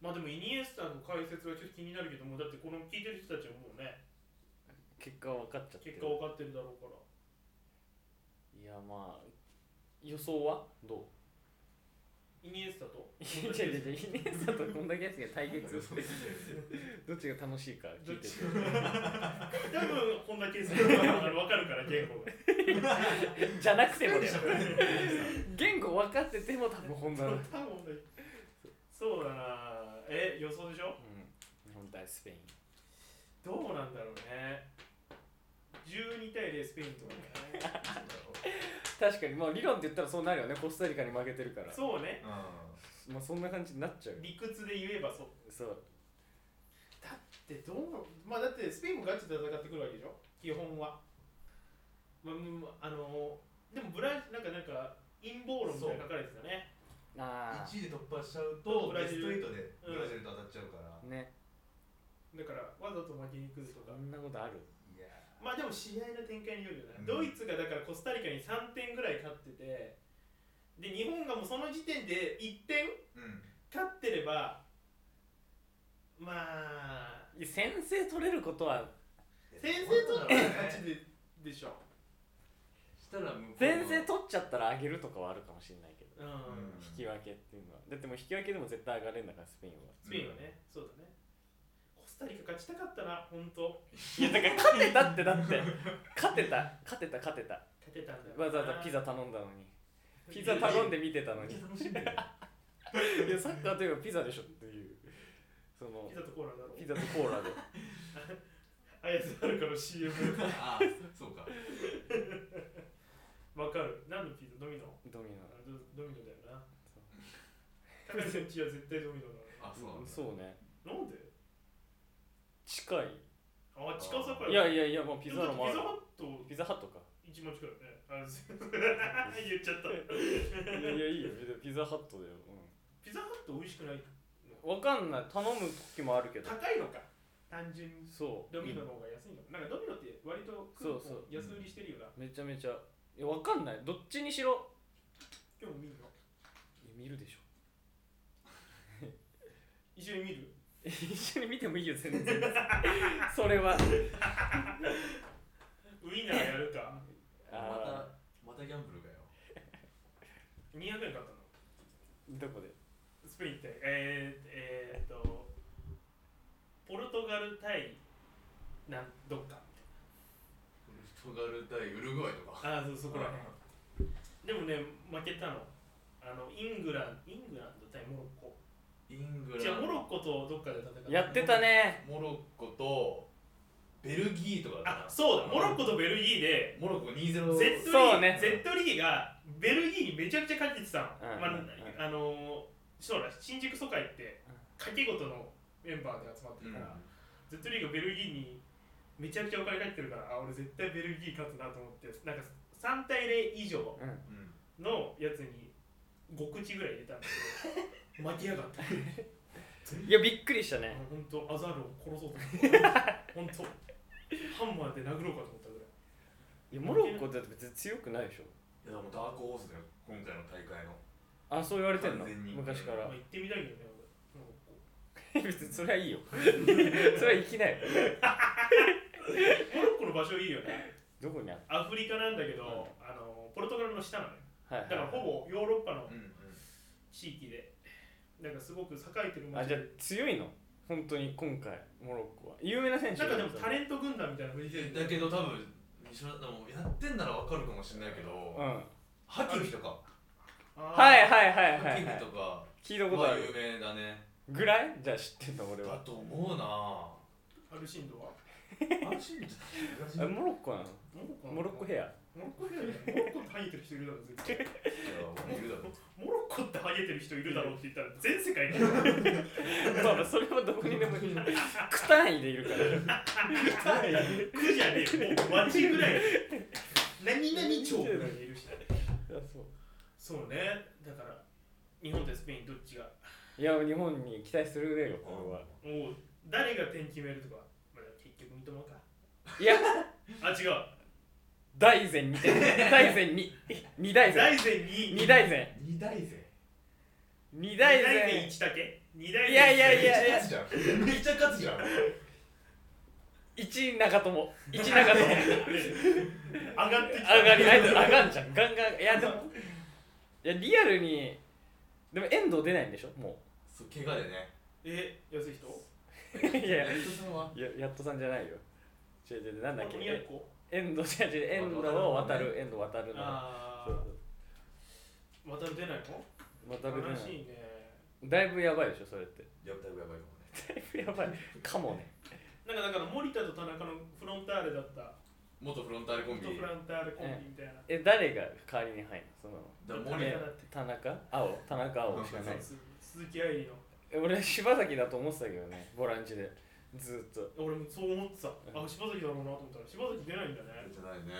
[SPEAKER 2] まあでもイニエスタの解説はちょっと気になるけどもうだってこの聞いてる人たちはもうね
[SPEAKER 3] 結果は分かっちゃってる
[SPEAKER 2] 結果分かってるだろうから
[SPEAKER 3] いやまあ予想はど
[SPEAKER 2] イニエスタと
[SPEAKER 3] う いやいやいやイニエスタとこんだけやつが対決
[SPEAKER 4] そうそうそう
[SPEAKER 3] どっちが楽しいか聞いてて
[SPEAKER 2] 多分本田圭佑だ分かるから言語が
[SPEAKER 3] じゃなくてもね
[SPEAKER 4] 喋るんだよね
[SPEAKER 3] 言語分かってても多分本
[SPEAKER 2] 多
[SPEAKER 3] だなうん
[SPEAKER 2] 分本田そうだなえ予想でしょ
[SPEAKER 3] 日本対スペイン
[SPEAKER 2] どうなんだろうね12対0スペインとかね
[SPEAKER 3] 確かにまあ理論って言ったらそうなるよねコスタリカに負けてるから
[SPEAKER 2] そうね
[SPEAKER 4] う
[SPEAKER 3] まあそんな感じになっちゃうよ
[SPEAKER 2] 理屈で言えばそう
[SPEAKER 3] そう
[SPEAKER 2] だってどうまあだってスペインもガチで戦ってくるわけでしょ基本はまあうんあのでもブラジルなんかなんか陰謀論みたいなの書かれてたね
[SPEAKER 4] ん
[SPEAKER 3] あ
[SPEAKER 4] 1位で突破しちゃう
[SPEAKER 2] と
[SPEAKER 4] と
[SPEAKER 2] ブラ
[SPEAKER 4] ベ
[SPEAKER 2] ジ
[SPEAKER 4] スト
[SPEAKER 2] ル
[SPEAKER 4] 8でブラジルと当たっちゃうから
[SPEAKER 3] あね
[SPEAKER 2] だからわざと負けに来ると
[SPEAKER 3] そ
[SPEAKER 2] か
[SPEAKER 3] んなことある
[SPEAKER 4] いや
[SPEAKER 2] まあでも試合の展開によるよね、
[SPEAKER 4] うん
[SPEAKER 2] ドイツがだからコスタリカに3点ぐらい勝っててで日本がもうその時点で1点
[SPEAKER 4] ーうん
[SPEAKER 2] 勝ってればまあ
[SPEAKER 3] いや先制取れることは
[SPEAKER 2] 先生との勝ちででしょ、
[SPEAKER 4] したら向こう
[SPEAKER 3] 先制取っちゃったら上げるとかはあるかもしれないけど
[SPEAKER 2] うん
[SPEAKER 4] うん
[SPEAKER 3] 引き分けっていうのはだってもう引き分けでも絶対上がれんだからスペインは
[SPEAKER 2] スペインはね、そうだねコスタリカ勝ちたかったな本当
[SPEAKER 3] いやだから勝てたってだって勝てた勝てた勝てた
[SPEAKER 2] 勝てたんだよな
[SPEAKER 3] わざわざピザ頼ん だのにピザ頼んで見てたのに
[SPEAKER 4] めっ
[SPEAKER 3] い
[SPEAKER 4] ちゃ楽しんでるよ
[SPEAKER 3] やサッカーといえばピザでしょっていうその
[SPEAKER 2] ピザとコーラだろ
[SPEAKER 3] ピザとコー ラで
[SPEAKER 2] あやつあるから CM
[SPEAKER 4] あーそうか
[SPEAKER 2] わかる何のピザドミノ
[SPEAKER 3] ドミノ
[SPEAKER 2] あドドミノだよな高橋の家は絶対ドミノだ
[SPEAKER 4] あそうなんだ
[SPEAKER 3] そうね
[SPEAKER 2] ななんで
[SPEAKER 3] 近い
[SPEAKER 2] あ近さから
[SPEAKER 3] いやいやいやもうピ
[SPEAKER 2] ピ
[SPEAKER 3] ザ
[SPEAKER 2] ザ
[SPEAKER 3] ーラもあ
[SPEAKER 2] ピ
[SPEAKER 3] る
[SPEAKER 2] ザハット
[SPEAKER 3] ピザハットか
[SPEAKER 2] 一番近いよねあす言っちゃった
[SPEAKER 3] いやいやいいよピザハットだよ、
[SPEAKER 2] ピザハット美味しくない
[SPEAKER 3] うん、わかんない頼む時もあるけど
[SPEAKER 2] 高いのか単純に
[SPEAKER 3] そう
[SPEAKER 2] ドミノの方が安いのかなんかドミノって割とクーポン
[SPEAKER 3] そうそう
[SPEAKER 2] 安売りしてるよな
[SPEAKER 3] めちゃめちゃいやわかんないどっちにしろ
[SPEAKER 2] 今日見るの
[SPEAKER 3] いや見るでしょ
[SPEAKER 2] 一緒に見る
[SPEAKER 3] 一緒に見てもいいよ全 然それは
[SPEAKER 2] ウインナーやるか
[SPEAKER 3] あ
[SPEAKER 4] またまたギャンブルかよ
[SPEAKER 2] 200円買ったの
[SPEAKER 3] どこで
[SPEAKER 2] スペイン対えー、えー、っとポルトガル対なんどっか
[SPEAKER 4] ポルトガル対ウルグアイとか
[SPEAKER 2] ああそうそこら辺でもね負けたのあのイングランイングランド対モロッコ
[SPEAKER 4] イング
[SPEAKER 2] じゃ
[SPEAKER 4] ラ
[SPEAKER 2] あ
[SPEAKER 4] ン
[SPEAKER 2] モ
[SPEAKER 4] ド
[SPEAKER 2] ロッコとどっかで戦った
[SPEAKER 3] やってたね
[SPEAKER 4] モロッコとベルギーとかだった
[SPEAKER 2] あ
[SPEAKER 4] な
[SPEAKER 2] そうだモロッコとベルギーで
[SPEAKER 4] モロッコ2-0
[SPEAKER 2] Z リ
[SPEAKER 3] そ
[SPEAKER 2] ー
[SPEAKER 3] うね
[SPEAKER 2] ゼットリーがベルギーにめちゃくちゃ勝っててたの、
[SPEAKER 3] うん
[SPEAKER 2] まあ
[SPEAKER 3] うん
[SPEAKER 2] あのーそうだ新宿疎開って
[SPEAKER 3] うん
[SPEAKER 2] 賭け事のメンバーで集まってるから、ゼットリーがベルギーにめちゃくちゃお金かけてるからあ俺絶対ベルギー勝つなと思ってなんか3対0以上
[SPEAKER 3] うん
[SPEAKER 4] うん
[SPEAKER 2] のやつに5口ぐらい入れたんだけ ど負けやがった
[SPEAKER 3] いやびっくりした
[SPEAKER 2] あ
[SPEAKER 3] ね
[SPEAKER 2] の本当アザールを殺そうと思った本当ハンマーで殴ろうかと思ったぐらい
[SPEAKER 3] いやモロッコだって別に強くないでしょ
[SPEAKER 4] いやでもダークホースだよ今回の大会の
[SPEAKER 3] あそう言われてんの
[SPEAKER 4] 完全に
[SPEAKER 3] 昔か
[SPEAKER 2] まあ
[SPEAKER 3] ら
[SPEAKER 2] 行ってみたいけどね俺モロッコ
[SPEAKER 3] 別にそれは いいよそれは生きないよ
[SPEAKER 2] モロッコの場所いいよね
[SPEAKER 3] どこにある
[SPEAKER 2] アフリカなんだけど、あのポルトガルの下なのよ
[SPEAKER 3] はい
[SPEAKER 2] だから
[SPEAKER 3] はい
[SPEAKER 2] ほぼヨーロッパの
[SPEAKER 4] うんうん
[SPEAKER 2] 地域でなんかすごく栄えてる
[SPEAKER 3] あ
[SPEAKER 2] 街
[SPEAKER 3] じゃあ
[SPEAKER 2] で
[SPEAKER 3] 強いの本当に今回モロッコは有名な選手
[SPEAKER 2] なんかでも
[SPEAKER 3] いる
[SPEAKER 2] タレント軍団みたいなフジテレビ
[SPEAKER 4] だけど多分知らでもやってんならわかるかもしれないけど、
[SPEAKER 3] うんはい
[SPEAKER 4] ハキミとか、
[SPEAKER 3] は
[SPEAKER 2] い
[SPEAKER 3] いはいはい
[SPEAKER 4] ハ
[SPEAKER 3] は
[SPEAKER 4] キ
[SPEAKER 3] い、
[SPEAKER 4] ミ
[SPEAKER 3] は
[SPEAKER 4] とか
[SPEAKER 3] い、聞いたことあ
[SPEAKER 4] は
[SPEAKER 3] る
[SPEAKER 4] 有名だね。
[SPEAKER 3] ぐらいじゃあ知ってんだ俺
[SPEAKER 4] だ
[SPEAKER 3] は
[SPEAKER 4] と思うな。
[SPEAKER 2] アルシンドは
[SPEAKER 4] あのシーン
[SPEAKER 3] えモロッコなのモロッコヘア
[SPEAKER 2] モロッコだよねモロッコってハゲてる人いるだろう絶対
[SPEAKER 4] いるだろ
[SPEAKER 2] モロッコってハゲてる人いるだろうって言ったら全世界にいる
[SPEAKER 3] まあまあそれはどこにでもいる区単位でいるから
[SPEAKER 2] 区じゃねえよもう町ぐらい何々町ぐらいにいる人
[SPEAKER 3] いや そう
[SPEAKER 2] そうねだから日本とスペインどっちが
[SPEAKER 3] いや日本に期待するねよ俺は
[SPEAKER 2] おう誰が点決めるとか、まあ、結局三笘か
[SPEAKER 3] いや
[SPEAKER 2] あ違う
[SPEAKER 3] 大前2点大前2二 大前
[SPEAKER 2] 大前に
[SPEAKER 3] 二大前
[SPEAKER 4] 二大勢。
[SPEAKER 3] 二
[SPEAKER 2] 二大
[SPEAKER 3] 大
[SPEAKER 2] 前
[SPEAKER 3] 前
[SPEAKER 2] 一だけ二大前
[SPEAKER 3] いやいやいや
[SPEAKER 4] めっちゃ勝つじゃん。めっちゃ勝つじゃん。
[SPEAKER 2] 上
[SPEAKER 3] 一長友一長友
[SPEAKER 2] がってきた
[SPEAKER 3] 上がりない上がんじゃんガンガンいやでもいやリアルにでも遠藤出ないんでしょも
[SPEAKER 4] そう怪我でね。
[SPEAKER 2] え安い人
[SPEAKER 3] ういや
[SPEAKER 4] レッドさんはい
[SPEAKER 3] ややっとさんじゃないよ違う違う違うなんだっけ
[SPEAKER 2] 鬼奴
[SPEAKER 3] 遠藤じゃ違う遠藤を渡る遠藤渡るの
[SPEAKER 2] あ
[SPEAKER 3] そう
[SPEAKER 2] あ渡る出ないの
[SPEAKER 3] そう渡
[SPEAKER 2] 悲
[SPEAKER 3] るじゃな
[SPEAKER 2] しい
[SPEAKER 3] い
[SPEAKER 2] ね
[SPEAKER 3] だいぶやばいでしょそれって
[SPEAKER 4] やだいぶやばいかもね。
[SPEAKER 3] だいぶや
[SPEAKER 2] なんかだ
[SPEAKER 3] ばいかもね
[SPEAKER 2] から森田と田中のフロンターレだった
[SPEAKER 4] 元フロンターレコンビ。
[SPEAKER 2] 元フロンターレコンビみたいな
[SPEAKER 3] え誰が代わりに入るのその
[SPEAKER 4] だ
[SPEAKER 2] 田中
[SPEAKER 4] 森
[SPEAKER 3] え
[SPEAKER 2] だって
[SPEAKER 3] 田中青田中青しかない
[SPEAKER 2] 鈴鈴木愛理の
[SPEAKER 3] え俺柴崎だと思ってたけどねボランチでずーっと
[SPEAKER 2] 俺もそう思ってたあ柴崎だろうなと思ったら柴崎出ないんだね
[SPEAKER 4] じゃないね。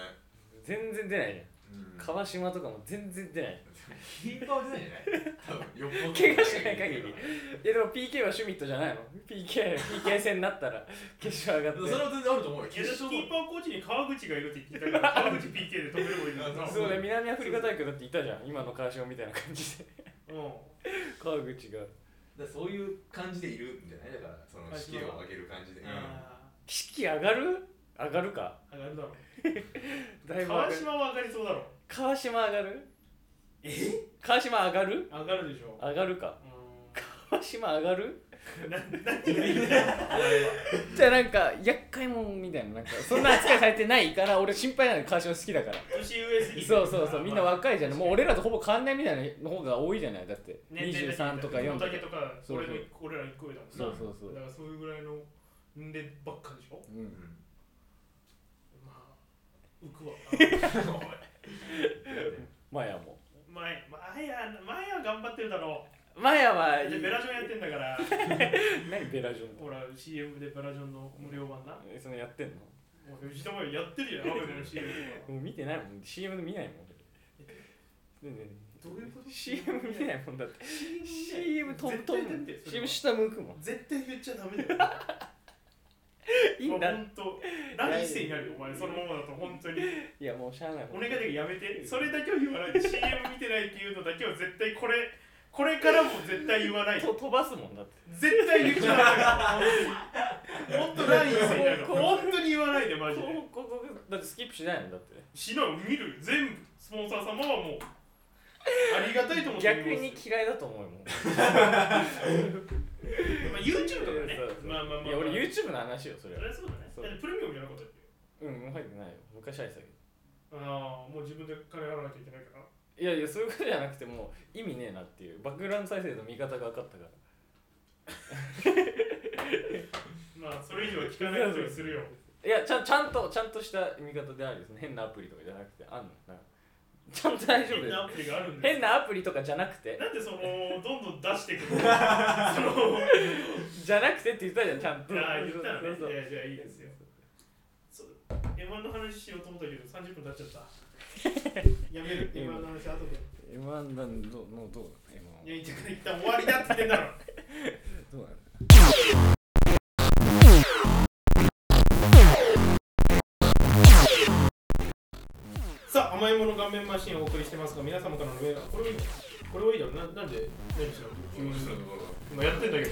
[SPEAKER 3] 全然出ないね
[SPEAKER 4] うん
[SPEAKER 3] 川島とかも全然出ない
[SPEAKER 4] キーパーじゃないんじゃない多分よっぽど
[SPEAKER 3] 怪我しない限りいやでも PK はシュミットじゃないの PK, PK 戦になったら決勝上が
[SPEAKER 4] それ
[SPEAKER 3] って
[SPEAKER 4] は全然あると思うよ
[SPEAKER 2] いやだってキー
[SPEAKER 4] パ
[SPEAKER 2] パーコーチに川口がいるって言ってた から川口 PK で止めればいいのにな
[SPEAKER 4] あ
[SPEAKER 3] そうね南アフリカ大会だっていたじゃん今の川島みたいな感じで
[SPEAKER 2] う
[SPEAKER 3] 川口が
[SPEAKER 4] ーそういう感じでいるんじゃないだからその士気を上げる感じで
[SPEAKER 2] ん
[SPEAKER 4] うん
[SPEAKER 2] あ
[SPEAKER 3] 式上がる上がるか
[SPEAKER 2] ー上がるだろう
[SPEAKER 3] だいぶ上が
[SPEAKER 2] 川
[SPEAKER 3] る
[SPEAKER 2] 島は上がりそうだろ
[SPEAKER 3] 川島上がるえ川島上がる
[SPEAKER 2] 上がるでしょ
[SPEAKER 3] 上がるか
[SPEAKER 2] う
[SPEAKER 3] 川島上が る
[SPEAKER 2] ーんな何がいいんだよ
[SPEAKER 3] じゃあなんか厄介者みたいななんかそんな扱いされてないから俺心配なの川島好きだから
[SPEAKER 2] 年上すぎて
[SPEAKER 3] そうそうそうみんな若いじゃないもう俺
[SPEAKER 2] ら
[SPEAKER 3] らとほぼ変わんないみたいな方が多いじゃないだって23とか4
[SPEAKER 2] と
[SPEAKER 3] と
[SPEAKER 2] か
[SPEAKER 3] か
[SPEAKER 2] とか
[SPEAKER 3] そう
[SPEAKER 2] 俺
[SPEAKER 3] そう
[SPEAKER 2] の俺ら1個上だもんな
[SPEAKER 3] そうそうそう
[SPEAKER 2] だからそういうぐらいの年齢ばっかでしょ
[SPEAKER 3] うん
[SPEAKER 2] まあ浮くわ
[SPEAKER 3] マヤも
[SPEAKER 2] 前前や前は頑張ってるだろう
[SPEAKER 3] マヤは
[SPEAKER 2] でベラジョンやってんだから
[SPEAKER 3] 何ベラジョンって
[SPEAKER 2] ほら CM でベラジョンの無料版な
[SPEAKER 3] えそのやってんの
[SPEAKER 2] もう吉田麻也やってるよ、アベベの CM とか。
[SPEAKER 3] もう見てないもん CM で見ないもん俺ねえねえ
[SPEAKER 2] どういうこと
[SPEAKER 3] CM 見ないもんだって CM 飛ぶ飛
[SPEAKER 2] 絶対だっ
[SPEAKER 3] ぶ
[SPEAKER 2] てそれは
[SPEAKER 3] CM 下向くもん
[SPEAKER 2] 絶対言っちゃダメだよ。
[SPEAKER 3] いいんだ
[SPEAKER 2] ほんと。第一声になるよ、お前。そのままだと本当に。
[SPEAKER 3] いやもうしゃあない
[SPEAKER 2] お願いだからやめて。それだけは言わないで。CM 見てないっていうのだけは絶対これ、これからも絶対言わない。
[SPEAKER 3] と飛ばすもんだって
[SPEAKER 2] 絶対言っちゃダメだよ。本当第一声になる。
[SPEAKER 3] こうこう
[SPEAKER 2] 本当に言わないで、マジ
[SPEAKER 3] 広
[SPEAKER 2] で。
[SPEAKER 3] 告だってスキップしないもんだって
[SPEAKER 2] しない、見る。全部。スポンサー様はもう。ありがたいと思って
[SPEAKER 3] 逆
[SPEAKER 2] 見ます
[SPEAKER 3] に嫌いだと思うもん
[SPEAKER 2] まあ YouTube とかね
[SPEAKER 3] そうそう。
[SPEAKER 2] まあまあまあまあ。
[SPEAKER 3] いや俺 YouTube の話よそれ
[SPEAKER 2] そ
[SPEAKER 3] は
[SPEAKER 2] れはそうだね。
[SPEAKER 3] そう
[SPEAKER 2] だってプレミアムじゃなかったっけ
[SPEAKER 3] うんもう入ってないよ昔入ってたけ
[SPEAKER 2] ああ、もう自分で金払わなきゃいけないから。
[SPEAKER 3] どいやいやそういうことじゃなくてもう意味ねえなっていうバックグラウンド再生の見方が分かったから
[SPEAKER 2] まあ、それ以上は聞かないことにするよ。
[SPEAKER 3] いやちゃんちゃんとちゃんとした見方であるですね変なアプリとかじゃなくてあんのなんかちゃんと大丈夫
[SPEAKER 2] 変
[SPEAKER 3] です
[SPEAKER 2] なアプリがあるんです
[SPEAKER 3] 変なアプリとかじゃなくて
[SPEAKER 2] なんでその、どんどん出してくるのその、あ
[SPEAKER 3] じゃなくてって言ったじゃんちゃんと
[SPEAKER 2] あ、言ったらね。
[SPEAKER 3] そうそう
[SPEAKER 2] いや、じゃあいいですよ。そう M1 の話しようと思ったけど、30分経っちゃった。やめる、M1 の話、後で。
[SPEAKER 3] M1 なんどうのどうなの
[SPEAKER 2] いや、一旦一旦終わりだって言ってんだろ。
[SPEAKER 3] どうなの
[SPEAKER 2] さあ、甘いもの顔面マシンをお送りしてますが、皆様からのメール、これはいいこれはいいだろ。ななんで、何しろ、
[SPEAKER 4] 面白いところ
[SPEAKER 2] 今やってんだけど。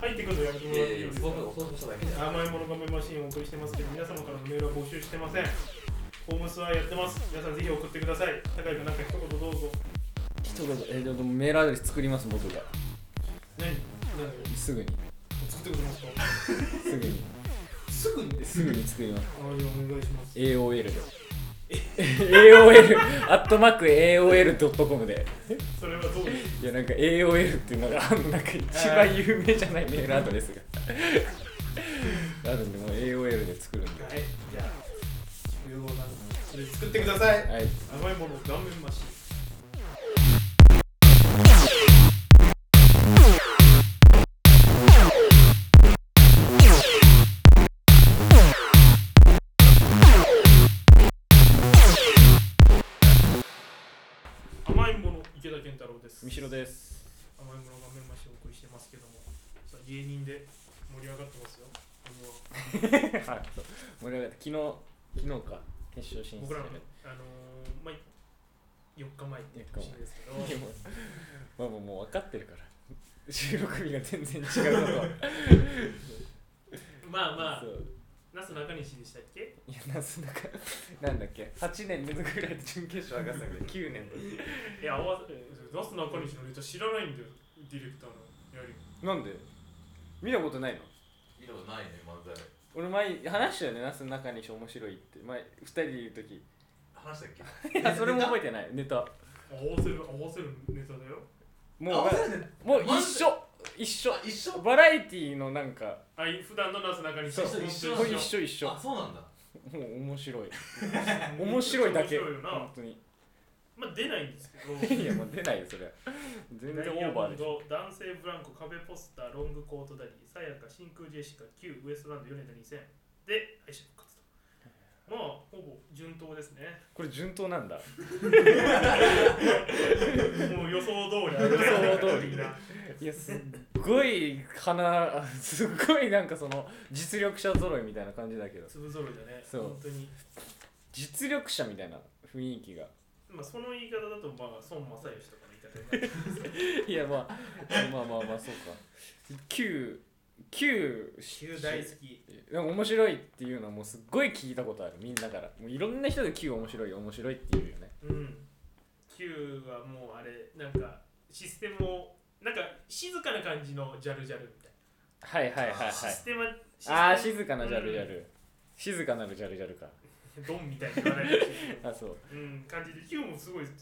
[SPEAKER 2] 入ってくるのやめてもらっていいですか
[SPEAKER 5] そうしただけ
[SPEAKER 2] 甘いもの画面マシンをお送りしてますけど皆様からのメールは募集してませんホームスはやってます皆さんぜひ送ってください高井君なんか一言どうぞ
[SPEAKER 3] 一言えー、でもメールアドレス作ります僕が
[SPEAKER 2] 何何
[SPEAKER 3] すぐに
[SPEAKER 4] 作っ
[SPEAKER 2] 作りますか
[SPEAKER 3] すぐに
[SPEAKER 2] すぐにです
[SPEAKER 3] すぐに作ります
[SPEAKER 2] はいお願いします
[SPEAKER 3] AOL で AOL アットマーク AOL.com で
[SPEAKER 2] それはどうです
[SPEAKER 3] いやなんか AOL っていうのがあのなんか一番有名じゃないメールアドレスがあるんでもう AOL で作るんで
[SPEAKER 2] はいじゃあ有望なそれ作ってください
[SPEAKER 3] はい
[SPEAKER 2] 甘いもの顔面マシン甘いもの池田健太郎です
[SPEAKER 6] 三城です
[SPEAKER 2] 甘いもの顔面マシンをお送りしてますけどもさあ芸人で盛り上がってますよ僕は
[SPEAKER 6] はい
[SPEAKER 3] 盛り上がった昨日昨日か決勝進出
[SPEAKER 2] 僕らのねあのー、まあ4日前っていう年ですけど
[SPEAKER 3] でもまあもうもう分かってるから収録日が全然違うことは
[SPEAKER 2] まあまあ
[SPEAKER 3] そう
[SPEAKER 2] なすなかにしでしたっけ
[SPEAKER 3] いやなすなかなんだっけ8年連続ぐらいで準決勝上がってたけど9年
[SPEAKER 2] いや、合わせ、なすなかにしのネタ知らないんだよ、ディレクターのやり。
[SPEAKER 3] なんで見たことないの
[SPEAKER 4] 見たことないね漫才
[SPEAKER 3] 俺前話したよねなすなかにし面白いって前2人で言う時
[SPEAKER 4] 話したっけ
[SPEAKER 3] いやそれも覚えてないネタ
[SPEAKER 2] 合わせる、合わせるネタだよ。
[SPEAKER 3] もう
[SPEAKER 4] あ忘れて
[SPEAKER 3] もう一緒一緒
[SPEAKER 4] あ一緒
[SPEAKER 3] バラエティーのなんか
[SPEAKER 2] あい、普段のなすなかにし
[SPEAKER 4] そう
[SPEAKER 2] 本当に
[SPEAKER 4] 一緒
[SPEAKER 3] もう
[SPEAKER 4] 一
[SPEAKER 3] 一緒一緒
[SPEAKER 4] あそうなんだ
[SPEAKER 3] もう面白い面白いだけ
[SPEAKER 2] 面白いよな
[SPEAKER 3] 本当に
[SPEAKER 2] まあ、出ないんですけど。
[SPEAKER 3] いやもう出ないよそれは全然オーバーでしょ
[SPEAKER 2] ダイヤモンド男性ブランコ、壁ポスター、ロングコートダディ、さやか、真空ジェシカ、旧ウエストランド、米田2000。で、敗者復活と。まあ、ほぼ順当です ね。
[SPEAKER 3] これ順当なんだ
[SPEAKER 2] もう予想通り。
[SPEAKER 3] 予想通り
[SPEAKER 2] みんない
[SPEAKER 3] やすっごい花すっごいなんかその実力者揃いみたいな感じだけど
[SPEAKER 2] 粒揃いだね。
[SPEAKER 3] そう
[SPEAKER 2] 本当に。
[SPEAKER 3] 実力者みたいな雰囲気が
[SPEAKER 2] まあ、その言い方だと、まあ、孫正義とかの言い方になっちゃう
[SPEAKER 3] いやまあまあまあまあそうか旧旧
[SPEAKER 2] 旧大好き。
[SPEAKER 3] でも面白いっていうのはもうすっごい聞いたことあるみんなからもういろんな人で旧面白い面白いって言うよね
[SPEAKER 2] うん。Q はもうあれ、なんかシステムを、なんか静かな感じのジャルジャルみたい
[SPEAKER 3] はいはいはいはい
[SPEAKER 2] な。システマ、
[SPEAKER 3] ああ
[SPEAKER 2] システ
[SPEAKER 3] 静かなジャルジャル静かなるジャルジャルか
[SPEAKER 2] ムドンみたいに言わないでほ しい
[SPEAKER 3] あそう
[SPEAKER 2] うん、感じで Q もすごい。だって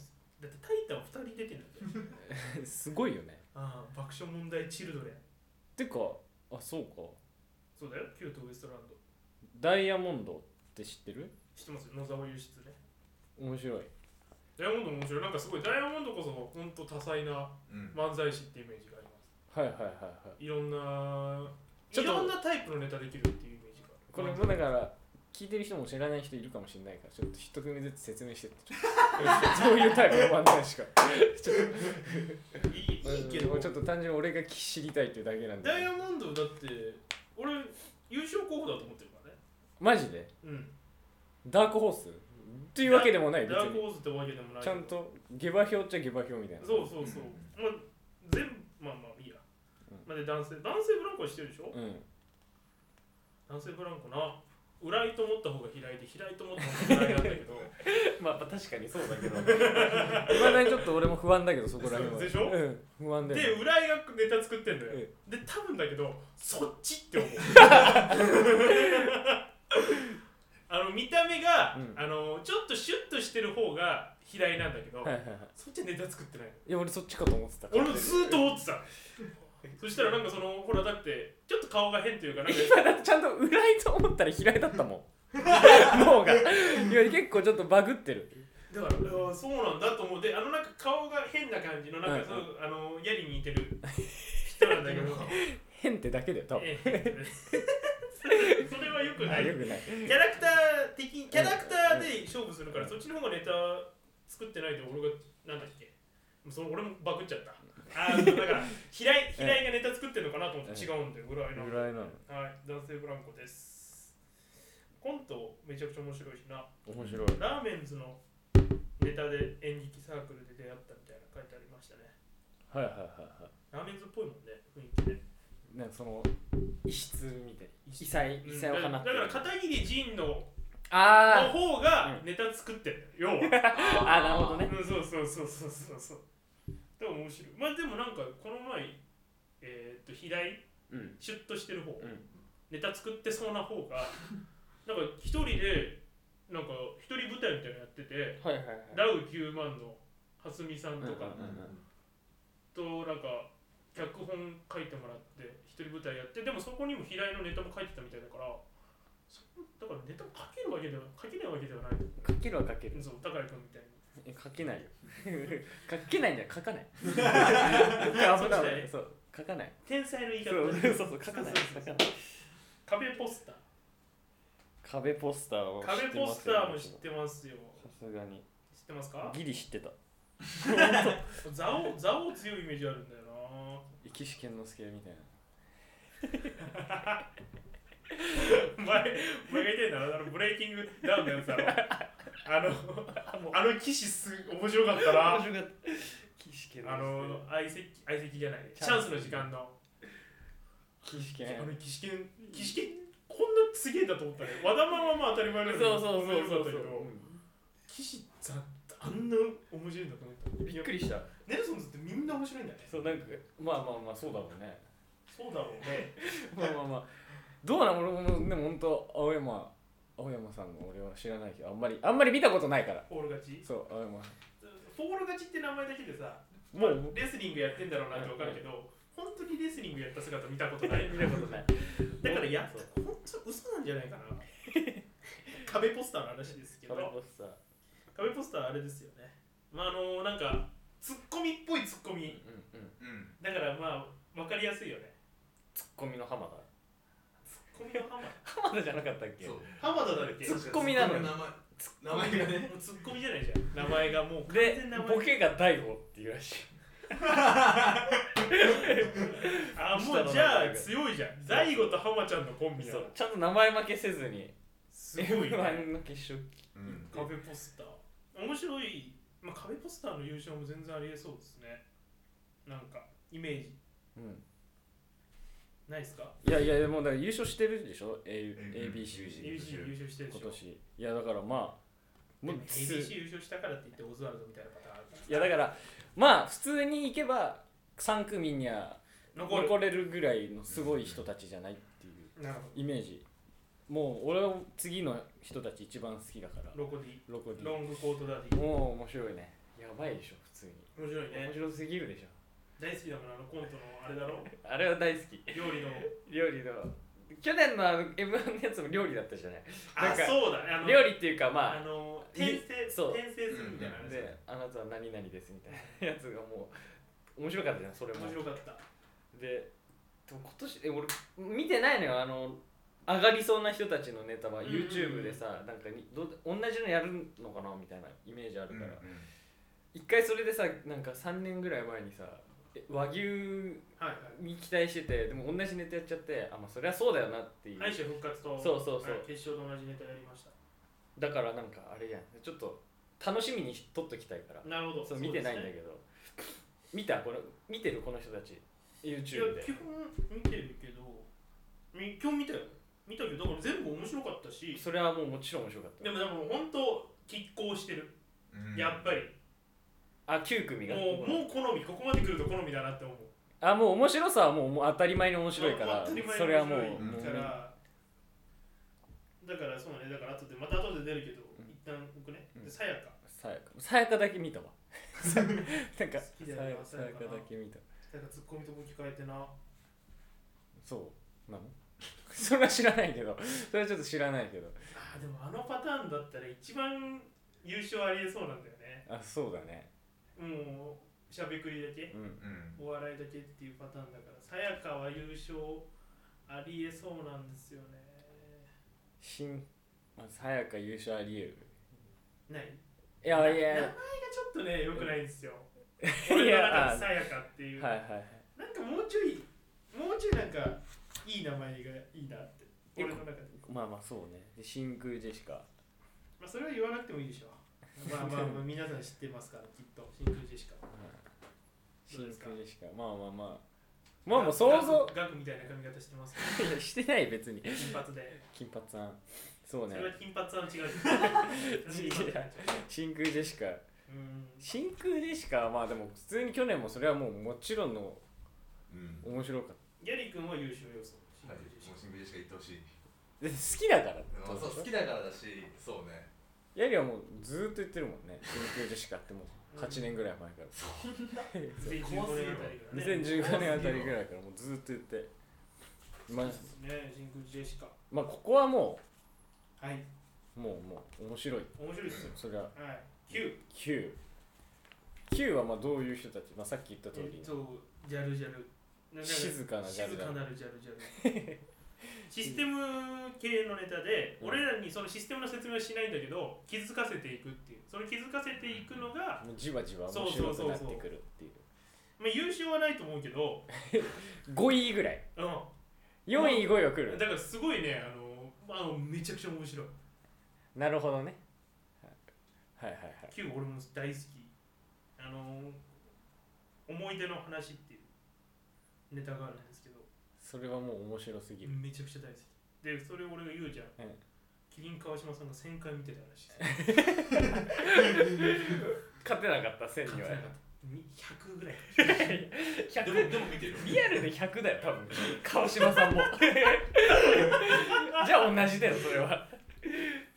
[SPEAKER 2] タイタン2人出てるんだよ。
[SPEAKER 3] すごいよね
[SPEAKER 2] ああ、爆笑問題チルドレン。
[SPEAKER 3] てかあそうか
[SPEAKER 2] そうだよ、Q とウエストランド。
[SPEAKER 3] ダイヤモンドって知ってる
[SPEAKER 2] 知ってますよ、野沢優室ね。
[SPEAKER 3] 面白い
[SPEAKER 2] ダイヤモンド面白い。なんかすごい、ダイヤモンドこそ本当多彩な
[SPEAKER 4] うん
[SPEAKER 2] 漫才師ってイメージがあります。
[SPEAKER 3] はいはいはいはい
[SPEAKER 2] いろんな、
[SPEAKER 3] ちょ
[SPEAKER 2] い
[SPEAKER 3] っと
[SPEAKER 2] ろんなタイプのネタできるっていうイメージが。
[SPEAKER 3] これもだから聞いてる人も知らない人いるかもしれないからちょっと一組ずつ説明してって どういうタイプの漫才師か
[SPEAKER 2] いいいいけど、
[SPEAKER 3] ちょっと単純に俺が知りたいっていうだけなんで
[SPEAKER 2] ダイヤモンドだって俺優勝候補だと思ってるからね
[SPEAKER 3] マジで
[SPEAKER 2] うん
[SPEAKER 3] ダークホースっていうわけでもない別
[SPEAKER 2] ダーク
[SPEAKER 3] に
[SPEAKER 2] ホースってわけでもない
[SPEAKER 3] ちゃんと下馬評っちゃ下馬評みたいな
[SPEAKER 2] そうそうそう、まあ全部まあまあいいや、
[SPEAKER 3] うん
[SPEAKER 2] まあ、で男性男性ブランコはしてるでしょ、
[SPEAKER 3] うん
[SPEAKER 2] 男性ブランコな裏いと思った方が平井で平井と思った方が裏井なんだけど
[SPEAKER 6] まあまあ確かにそうだけ ど
[SPEAKER 3] いまだにちょっと俺も不安だけどそこら辺は
[SPEAKER 2] でしょ
[SPEAKER 3] うん不安だ
[SPEAKER 2] で
[SPEAKER 3] よ
[SPEAKER 2] 裏井がネタ作ってんだよ、
[SPEAKER 3] え
[SPEAKER 2] で多分だけどそっちって 思うあの見た目が、
[SPEAKER 3] うん
[SPEAKER 2] あのちょっとシュッとしてる方が平井なんだけど、
[SPEAKER 3] はいはいはい
[SPEAKER 2] そっちはネタ作ってない
[SPEAKER 3] いや俺そっちかと思ってた
[SPEAKER 2] 俺もずーっと思ってたそしたらなんかそのほらだってちょっと顔が変というかなんか
[SPEAKER 3] 今だってちゃんと裏いと思ったら平井だっ たもん脳がいや結構ちょっとバグってる
[SPEAKER 2] だからあーそうなんだと思うであのなんか顔が変な感じのなんかそう、あのやりに似てる人なんだ けど
[SPEAKER 3] 変ってだけだよ多分
[SPEAKER 2] ええ それはよく
[SPEAKER 3] あ
[SPEAKER 2] ない
[SPEAKER 3] よくない
[SPEAKER 2] キャラクター的キャラクターで勝負するからそっちの方がネタ作ってないで俺がなんだっけその俺もバグっちゃったああだから平 井平井がネタ作ってるのかなと思って違うんだよぐらいな
[SPEAKER 3] 裏いなの
[SPEAKER 2] はい、男性ブランコです。コントめちゃくちゃ面白いしな。
[SPEAKER 3] 面白い
[SPEAKER 2] ラーメンズのネタで演劇サークルで出会ったみたいな書いてありましたね。
[SPEAKER 3] はいはいはいは
[SPEAKER 2] ラーメンズっぽいもんね、雰囲気で。
[SPEAKER 3] いなんかその
[SPEAKER 6] 異質みたいな異彩
[SPEAKER 2] うん
[SPEAKER 6] 異彩を放
[SPEAKER 2] だ
[SPEAKER 6] って
[SPEAKER 2] だから片桐仁のの
[SPEAKER 3] あ
[SPEAKER 2] 方がネタ作ってるよ、要は。
[SPEAKER 6] ああなるほどね
[SPEAKER 2] うん、そうそうそうそうそうそう。でも面白い。まあでもなんかこの前、えーっと、平井
[SPEAKER 7] うん
[SPEAKER 2] シュッとしてる方、
[SPEAKER 3] ん
[SPEAKER 2] ネタ作ってそうな方がなんか一人でなんか一人舞台みたいなのやってて
[SPEAKER 7] はいはいはい
[SPEAKER 2] ダウ9万の蓮見さんとか
[SPEAKER 3] うんうんうん
[SPEAKER 2] となんか脚本書いてもらって一人舞台やってでもそこにも平井のネタも書いてたみたいだからそだからネタも書けるわけでは書けないわけではない
[SPEAKER 7] 書けるは書ける
[SPEAKER 2] そう高井君みたいに
[SPEAKER 7] え書けないよ 書けないんじゃ書 かない危ない危ないそう書かない
[SPEAKER 2] 天才の言い
[SPEAKER 7] そ
[SPEAKER 2] 方
[SPEAKER 7] う
[SPEAKER 2] で
[SPEAKER 7] そうそう書かない書かない
[SPEAKER 2] 壁ポスター
[SPEAKER 3] 壁ポスターを知ってます
[SPEAKER 2] 壁ポスターも知ってますよ
[SPEAKER 3] さすがに
[SPEAKER 2] 知ってますか
[SPEAKER 3] ギリ知ってた
[SPEAKER 2] 蔵王蔵王強いイメージあるんだよな
[SPEAKER 3] 生きし健之助みたいな
[SPEAKER 2] お前、お前が言いたいんだろ、あのブレイキングダウンのやつだろ。あの、あの騎士す、面白かったな。
[SPEAKER 7] 面白かった岸家
[SPEAKER 2] あの、相席、相席じゃない、チャンスの時間の。
[SPEAKER 3] 生きし健
[SPEAKER 2] あの、騎士犬、騎士犬、こんなすげえんだと思ったね。わだままはまあ当たり前だけ
[SPEAKER 7] そ
[SPEAKER 2] ど
[SPEAKER 7] うそうそうそう
[SPEAKER 2] 面白かったけど騎士さん、あんな面白いんだと思った。
[SPEAKER 7] びっくりした
[SPEAKER 2] ネルソンズってみんな面白いんだね。
[SPEAKER 7] そうなんか
[SPEAKER 3] まあまあまあそうだろうね
[SPEAKER 2] そうだろうね。
[SPEAKER 3] まあまあまあどうなの俺もでも本当青山青山さんの俺は知らないけどあんまりあんまり見たことないから
[SPEAKER 2] フォール勝ち。
[SPEAKER 3] そう青山
[SPEAKER 2] フォール勝ちって名前だけでさ、
[SPEAKER 3] も
[SPEAKER 2] もう
[SPEAKER 3] う
[SPEAKER 2] レスリングやってんだろうなってわかるけど、本当にレスリングやった姿見たことない。
[SPEAKER 7] 見たことない
[SPEAKER 2] だからやっ本当嘘なんじゃないかな壁ポスターの話ですけど
[SPEAKER 7] 壁ポスター
[SPEAKER 2] 壁ポスターあれですよねまああのなんかツッコミっぽいツッコミ
[SPEAKER 3] うんうん
[SPEAKER 4] うん
[SPEAKER 2] だからまあ分かりやすいよね
[SPEAKER 7] ツッコミの浜田
[SPEAKER 2] ツッコミは
[SPEAKER 7] 浜田じゃなかったっけ
[SPEAKER 4] そう
[SPEAKER 2] 浜田浜田だっけ
[SPEAKER 7] ツッコミなのよ
[SPEAKER 4] 名前名前がね
[SPEAKER 2] ツッコミじゃないじゃん名前がもう完
[SPEAKER 7] で
[SPEAKER 2] 全に名前
[SPEAKER 7] ボケが大悟っていうらしい
[SPEAKER 2] あもうじゃあ強いじゃん大悟と浜ちゃんのコンビだ
[SPEAKER 7] そうちゃんと名前負けせずに
[SPEAKER 2] すごい、ね、
[SPEAKER 7] M1 の決勝
[SPEAKER 4] うん
[SPEAKER 2] 壁ポスター面白い、まあ、壁ポスターの優勝も全然ありえそうですねなんかイメージ
[SPEAKER 3] うん
[SPEAKER 2] ないですか
[SPEAKER 3] いやいやもうだから優勝してるでしょ A-
[SPEAKER 4] うん
[SPEAKER 3] ABC
[SPEAKER 4] 優
[SPEAKER 2] ABC
[SPEAKER 4] 勝
[SPEAKER 2] 優勝してるで
[SPEAKER 3] 今
[SPEAKER 2] しょ
[SPEAKER 3] 年いやだからまあ
[SPEAKER 2] で
[SPEAKER 3] もう
[SPEAKER 2] も
[SPEAKER 3] す
[SPEAKER 2] ABC 優勝したからって言ってオズワルドみたいなパターンあるから
[SPEAKER 3] いやだからまあ普通に行けば3組には
[SPEAKER 2] 残る
[SPEAKER 3] 残れるぐらいのすごい人たちじゃないっていう
[SPEAKER 2] なる
[SPEAKER 3] イメージもう俺は次の人たち一番好きだから
[SPEAKER 2] ほどロコディ
[SPEAKER 3] ロコデ
[SPEAKER 2] ロ
[SPEAKER 3] ィ
[SPEAKER 2] ングコートダディ
[SPEAKER 3] もう面白いねやばいでしょ普通に
[SPEAKER 2] 面白い
[SPEAKER 3] 面
[SPEAKER 2] ね
[SPEAKER 3] 白すぎるでしょ
[SPEAKER 2] 大好きだもんあのコントのあれだろ
[SPEAKER 7] あれは大好き
[SPEAKER 2] 料理の
[SPEAKER 7] 料理の去年のあの M1 のやつも料理だったじゃない な
[SPEAKER 2] あ
[SPEAKER 7] んか
[SPEAKER 2] そうだねあの
[SPEAKER 7] 料理っていうか
[SPEAKER 2] あ
[SPEAKER 7] ま
[SPEAKER 2] の転生
[SPEAKER 7] そう
[SPEAKER 2] 転生するみたいな
[SPEAKER 7] あ
[SPEAKER 2] 話だよ
[SPEAKER 7] であなたは何々ですみたいなやつがもう面白かったじゃんそれも
[SPEAKER 2] 面白かった
[SPEAKER 7] ででも今年え俺見てないのよあの上がりそうな人たちのネタは
[SPEAKER 2] うんうんうん
[SPEAKER 7] YouTube でさ、なんかにどう同じのやるのかなみたいなイメージある
[SPEAKER 4] うん
[SPEAKER 7] から、
[SPEAKER 4] うん
[SPEAKER 7] 一回それでさなんか3年ぐらい前にさえ和牛
[SPEAKER 2] はいはい
[SPEAKER 7] に期待しててでも同じネタやっちゃってあまあそりゃそうだよなっていう、
[SPEAKER 2] 敗者復活と
[SPEAKER 7] そうそうそう
[SPEAKER 2] はい決勝と同じネタやりました
[SPEAKER 7] だからなんかあれやんちょっと楽しみにしとっときたいから
[SPEAKER 2] なるほど
[SPEAKER 7] そう見てないんだ
[SPEAKER 2] けど
[SPEAKER 7] けど、見たこれ見てるこの人たち YouTube
[SPEAKER 2] いや
[SPEAKER 7] で
[SPEAKER 2] 基本見てるけどみ今日見たよ見たけどだから全部面白かったし
[SPEAKER 7] それはもうもちろん面白かっ
[SPEAKER 2] でもでも本当拮抗してる、
[SPEAKER 4] うん
[SPEAKER 2] やっぱり
[SPEAKER 7] たあ9組が
[SPEAKER 2] もうもう好みここまで来ると好みだなって思う
[SPEAKER 3] あもう面白さはもうもう当たり前に面白いから
[SPEAKER 2] 当たり前に面白い
[SPEAKER 3] それはもう
[SPEAKER 2] うん
[SPEAKER 3] もう
[SPEAKER 2] だからだからそうねだから後でまた後で出るけど、一旦置くね
[SPEAKER 3] うん
[SPEAKER 2] でさやか
[SPEAKER 3] さやかさやかだけ見たわ なん
[SPEAKER 2] 好
[SPEAKER 3] かさ
[SPEAKER 2] きだ
[SPEAKER 3] や
[SPEAKER 2] よな
[SPEAKER 3] さやかだけ見た
[SPEAKER 2] さやかツッコミとこ聞かれてな
[SPEAKER 3] そうなの それは知らないけどそれはちょっと知らないけど
[SPEAKER 2] あーでもあのパターンだったら一番優勝ありえそうなんだよね
[SPEAKER 3] あそうだね
[SPEAKER 2] もうしゃべくりだけ
[SPEAKER 3] うん
[SPEAKER 4] うん
[SPEAKER 2] お笑いだけっていうパターンだからさやかは優勝ありえそうなんですよね
[SPEAKER 3] 新まあさやか優勝あり得る
[SPEAKER 2] ない
[SPEAKER 3] いやい
[SPEAKER 2] 名前
[SPEAKER 3] や
[SPEAKER 2] がちょっとね良くないんですよ
[SPEAKER 3] い
[SPEAKER 2] 俺の中
[SPEAKER 3] や
[SPEAKER 2] でさやかっていう、
[SPEAKER 3] はいはいはい
[SPEAKER 2] なんかもうちょいもうちょいなんかいい名前がいいなって
[SPEAKER 3] え
[SPEAKER 2] 俺の中で
[SPEAKER 3] まあまあそうねで真空ジェシカ
[SPEAKER 2] まあそれは言わなくてもいいでしょまあまあ まあ皆さん知ってますからきっと真空ジェシカ
[SPEAKER 3] 真
[SPEAKER 2] どう
[SPEAKER 3] 空
[SPEAKER 2] で
[SPEAKER 3] ジ
[SPEAKER 2] すか
[SPEAKER 3] ェシカまあまあまあまあまあ想像
[SPEAKER 2] ガクみたいな髪型してますか
[SPEAKER 3] いや してない別に
[SPEAKER 2] ら金髪 で
[SPEAKER 3] 金髪さんそう
[SPEAKER 2] そ
[SPEAKER 3] ね
[SPEAKER 2] れは金髪は 違う
[SPEAKER 3] 違う真空ジェシカ
[SPEAKER 2] うん
[SPEAKER 3] 真空ジェシカはまあでも普通に去年もそれはもうもちろんの
[SPEAKER 4] うん
[SPEAKER 3] 面白かっ
[SPEAKER 2] ギャリー君は優秀予想
[SPEAKER 4] はい、もう新聞でしか言ってほしい。
[SPEAKER 8] 好きだからって
[SPEAKER 4] まあ
[SPEAKER 8] こと
[SPEAKER 4] そう好きだからだし、そうね。
[SPEAKER 8] やりはもうずーっと言ってるもんね緊急女子かってもう8年ぐらい前から
[SPEAKER 2] 2015年あたりからね
[SPEAKER 8] 2015年あたりぐらいからもうずーっと言ってまあ、
[SPEAKER 2] ね真空ジェシカ
[SPEAKER 8] まあ、ここはも
[SPEAKER 2] はい、
[SPEAKER 8] うもうもう面白い
[SPEAKER 2] 面白いですよ。
[SPEAKER 8] それは
[SPEAKER 2] はい、9、
[SPEAKER 8] 99はまあどういう人たち、まあ、さっき言った通
[SPEAKER 2] え
[SPEAKER 8] り
[SPEAKER 2] っと、ジャルジャル。ななん
[SPEAKER 8] 静かなジャルジャル
[SPEAKER 2] 静かなるジャルジャル。システム系のネタで、
[SPEAKER 8] うん
[SPEAKER 2] 俺らにそのシステムの説明はしないんだけど、気づかせていくっていう。その気づかせていくのが、
[SPEAKER 8] もうじわじわ面白くなってくるっていう
[SPEAKER 2] まあ、優勝はないと思うけど、
[SPEAKER 8] 5位ぐらい
[SPEAKER 2] うん。
[SPEAKER 8] 4位5位は来る
[SPEAKER 2] だからすごいね、あの、まあ、めちゃくちゃ面白い。
[SPEAKER 8] なるほどねはいはいはいはい
[SPEAKER 2] 9、俺も大好き。あの、思い出の話っていうネタがあるんですけど、
[SPEAKER 8] それはもう面白すぎる
[SPEAKER 2] めちゃくちゃ大好きでそれ俺が言うじゃん、
[SPEAKER 8] うん
[SPEAKER 2] キリン川島さんが1000回見てたらしいです
[SPEAKER 3] 勝てなかった千には
[SPEAKER 2] 勝てな かったに100ぐらい
[SPEAKER 4] で
[SPEAKER 3] 100
[SPEAKER 4] も、でも見てる。
[SPEAKER 3] リアルで100だよ多分川島さんもじゃあ同じだよそれは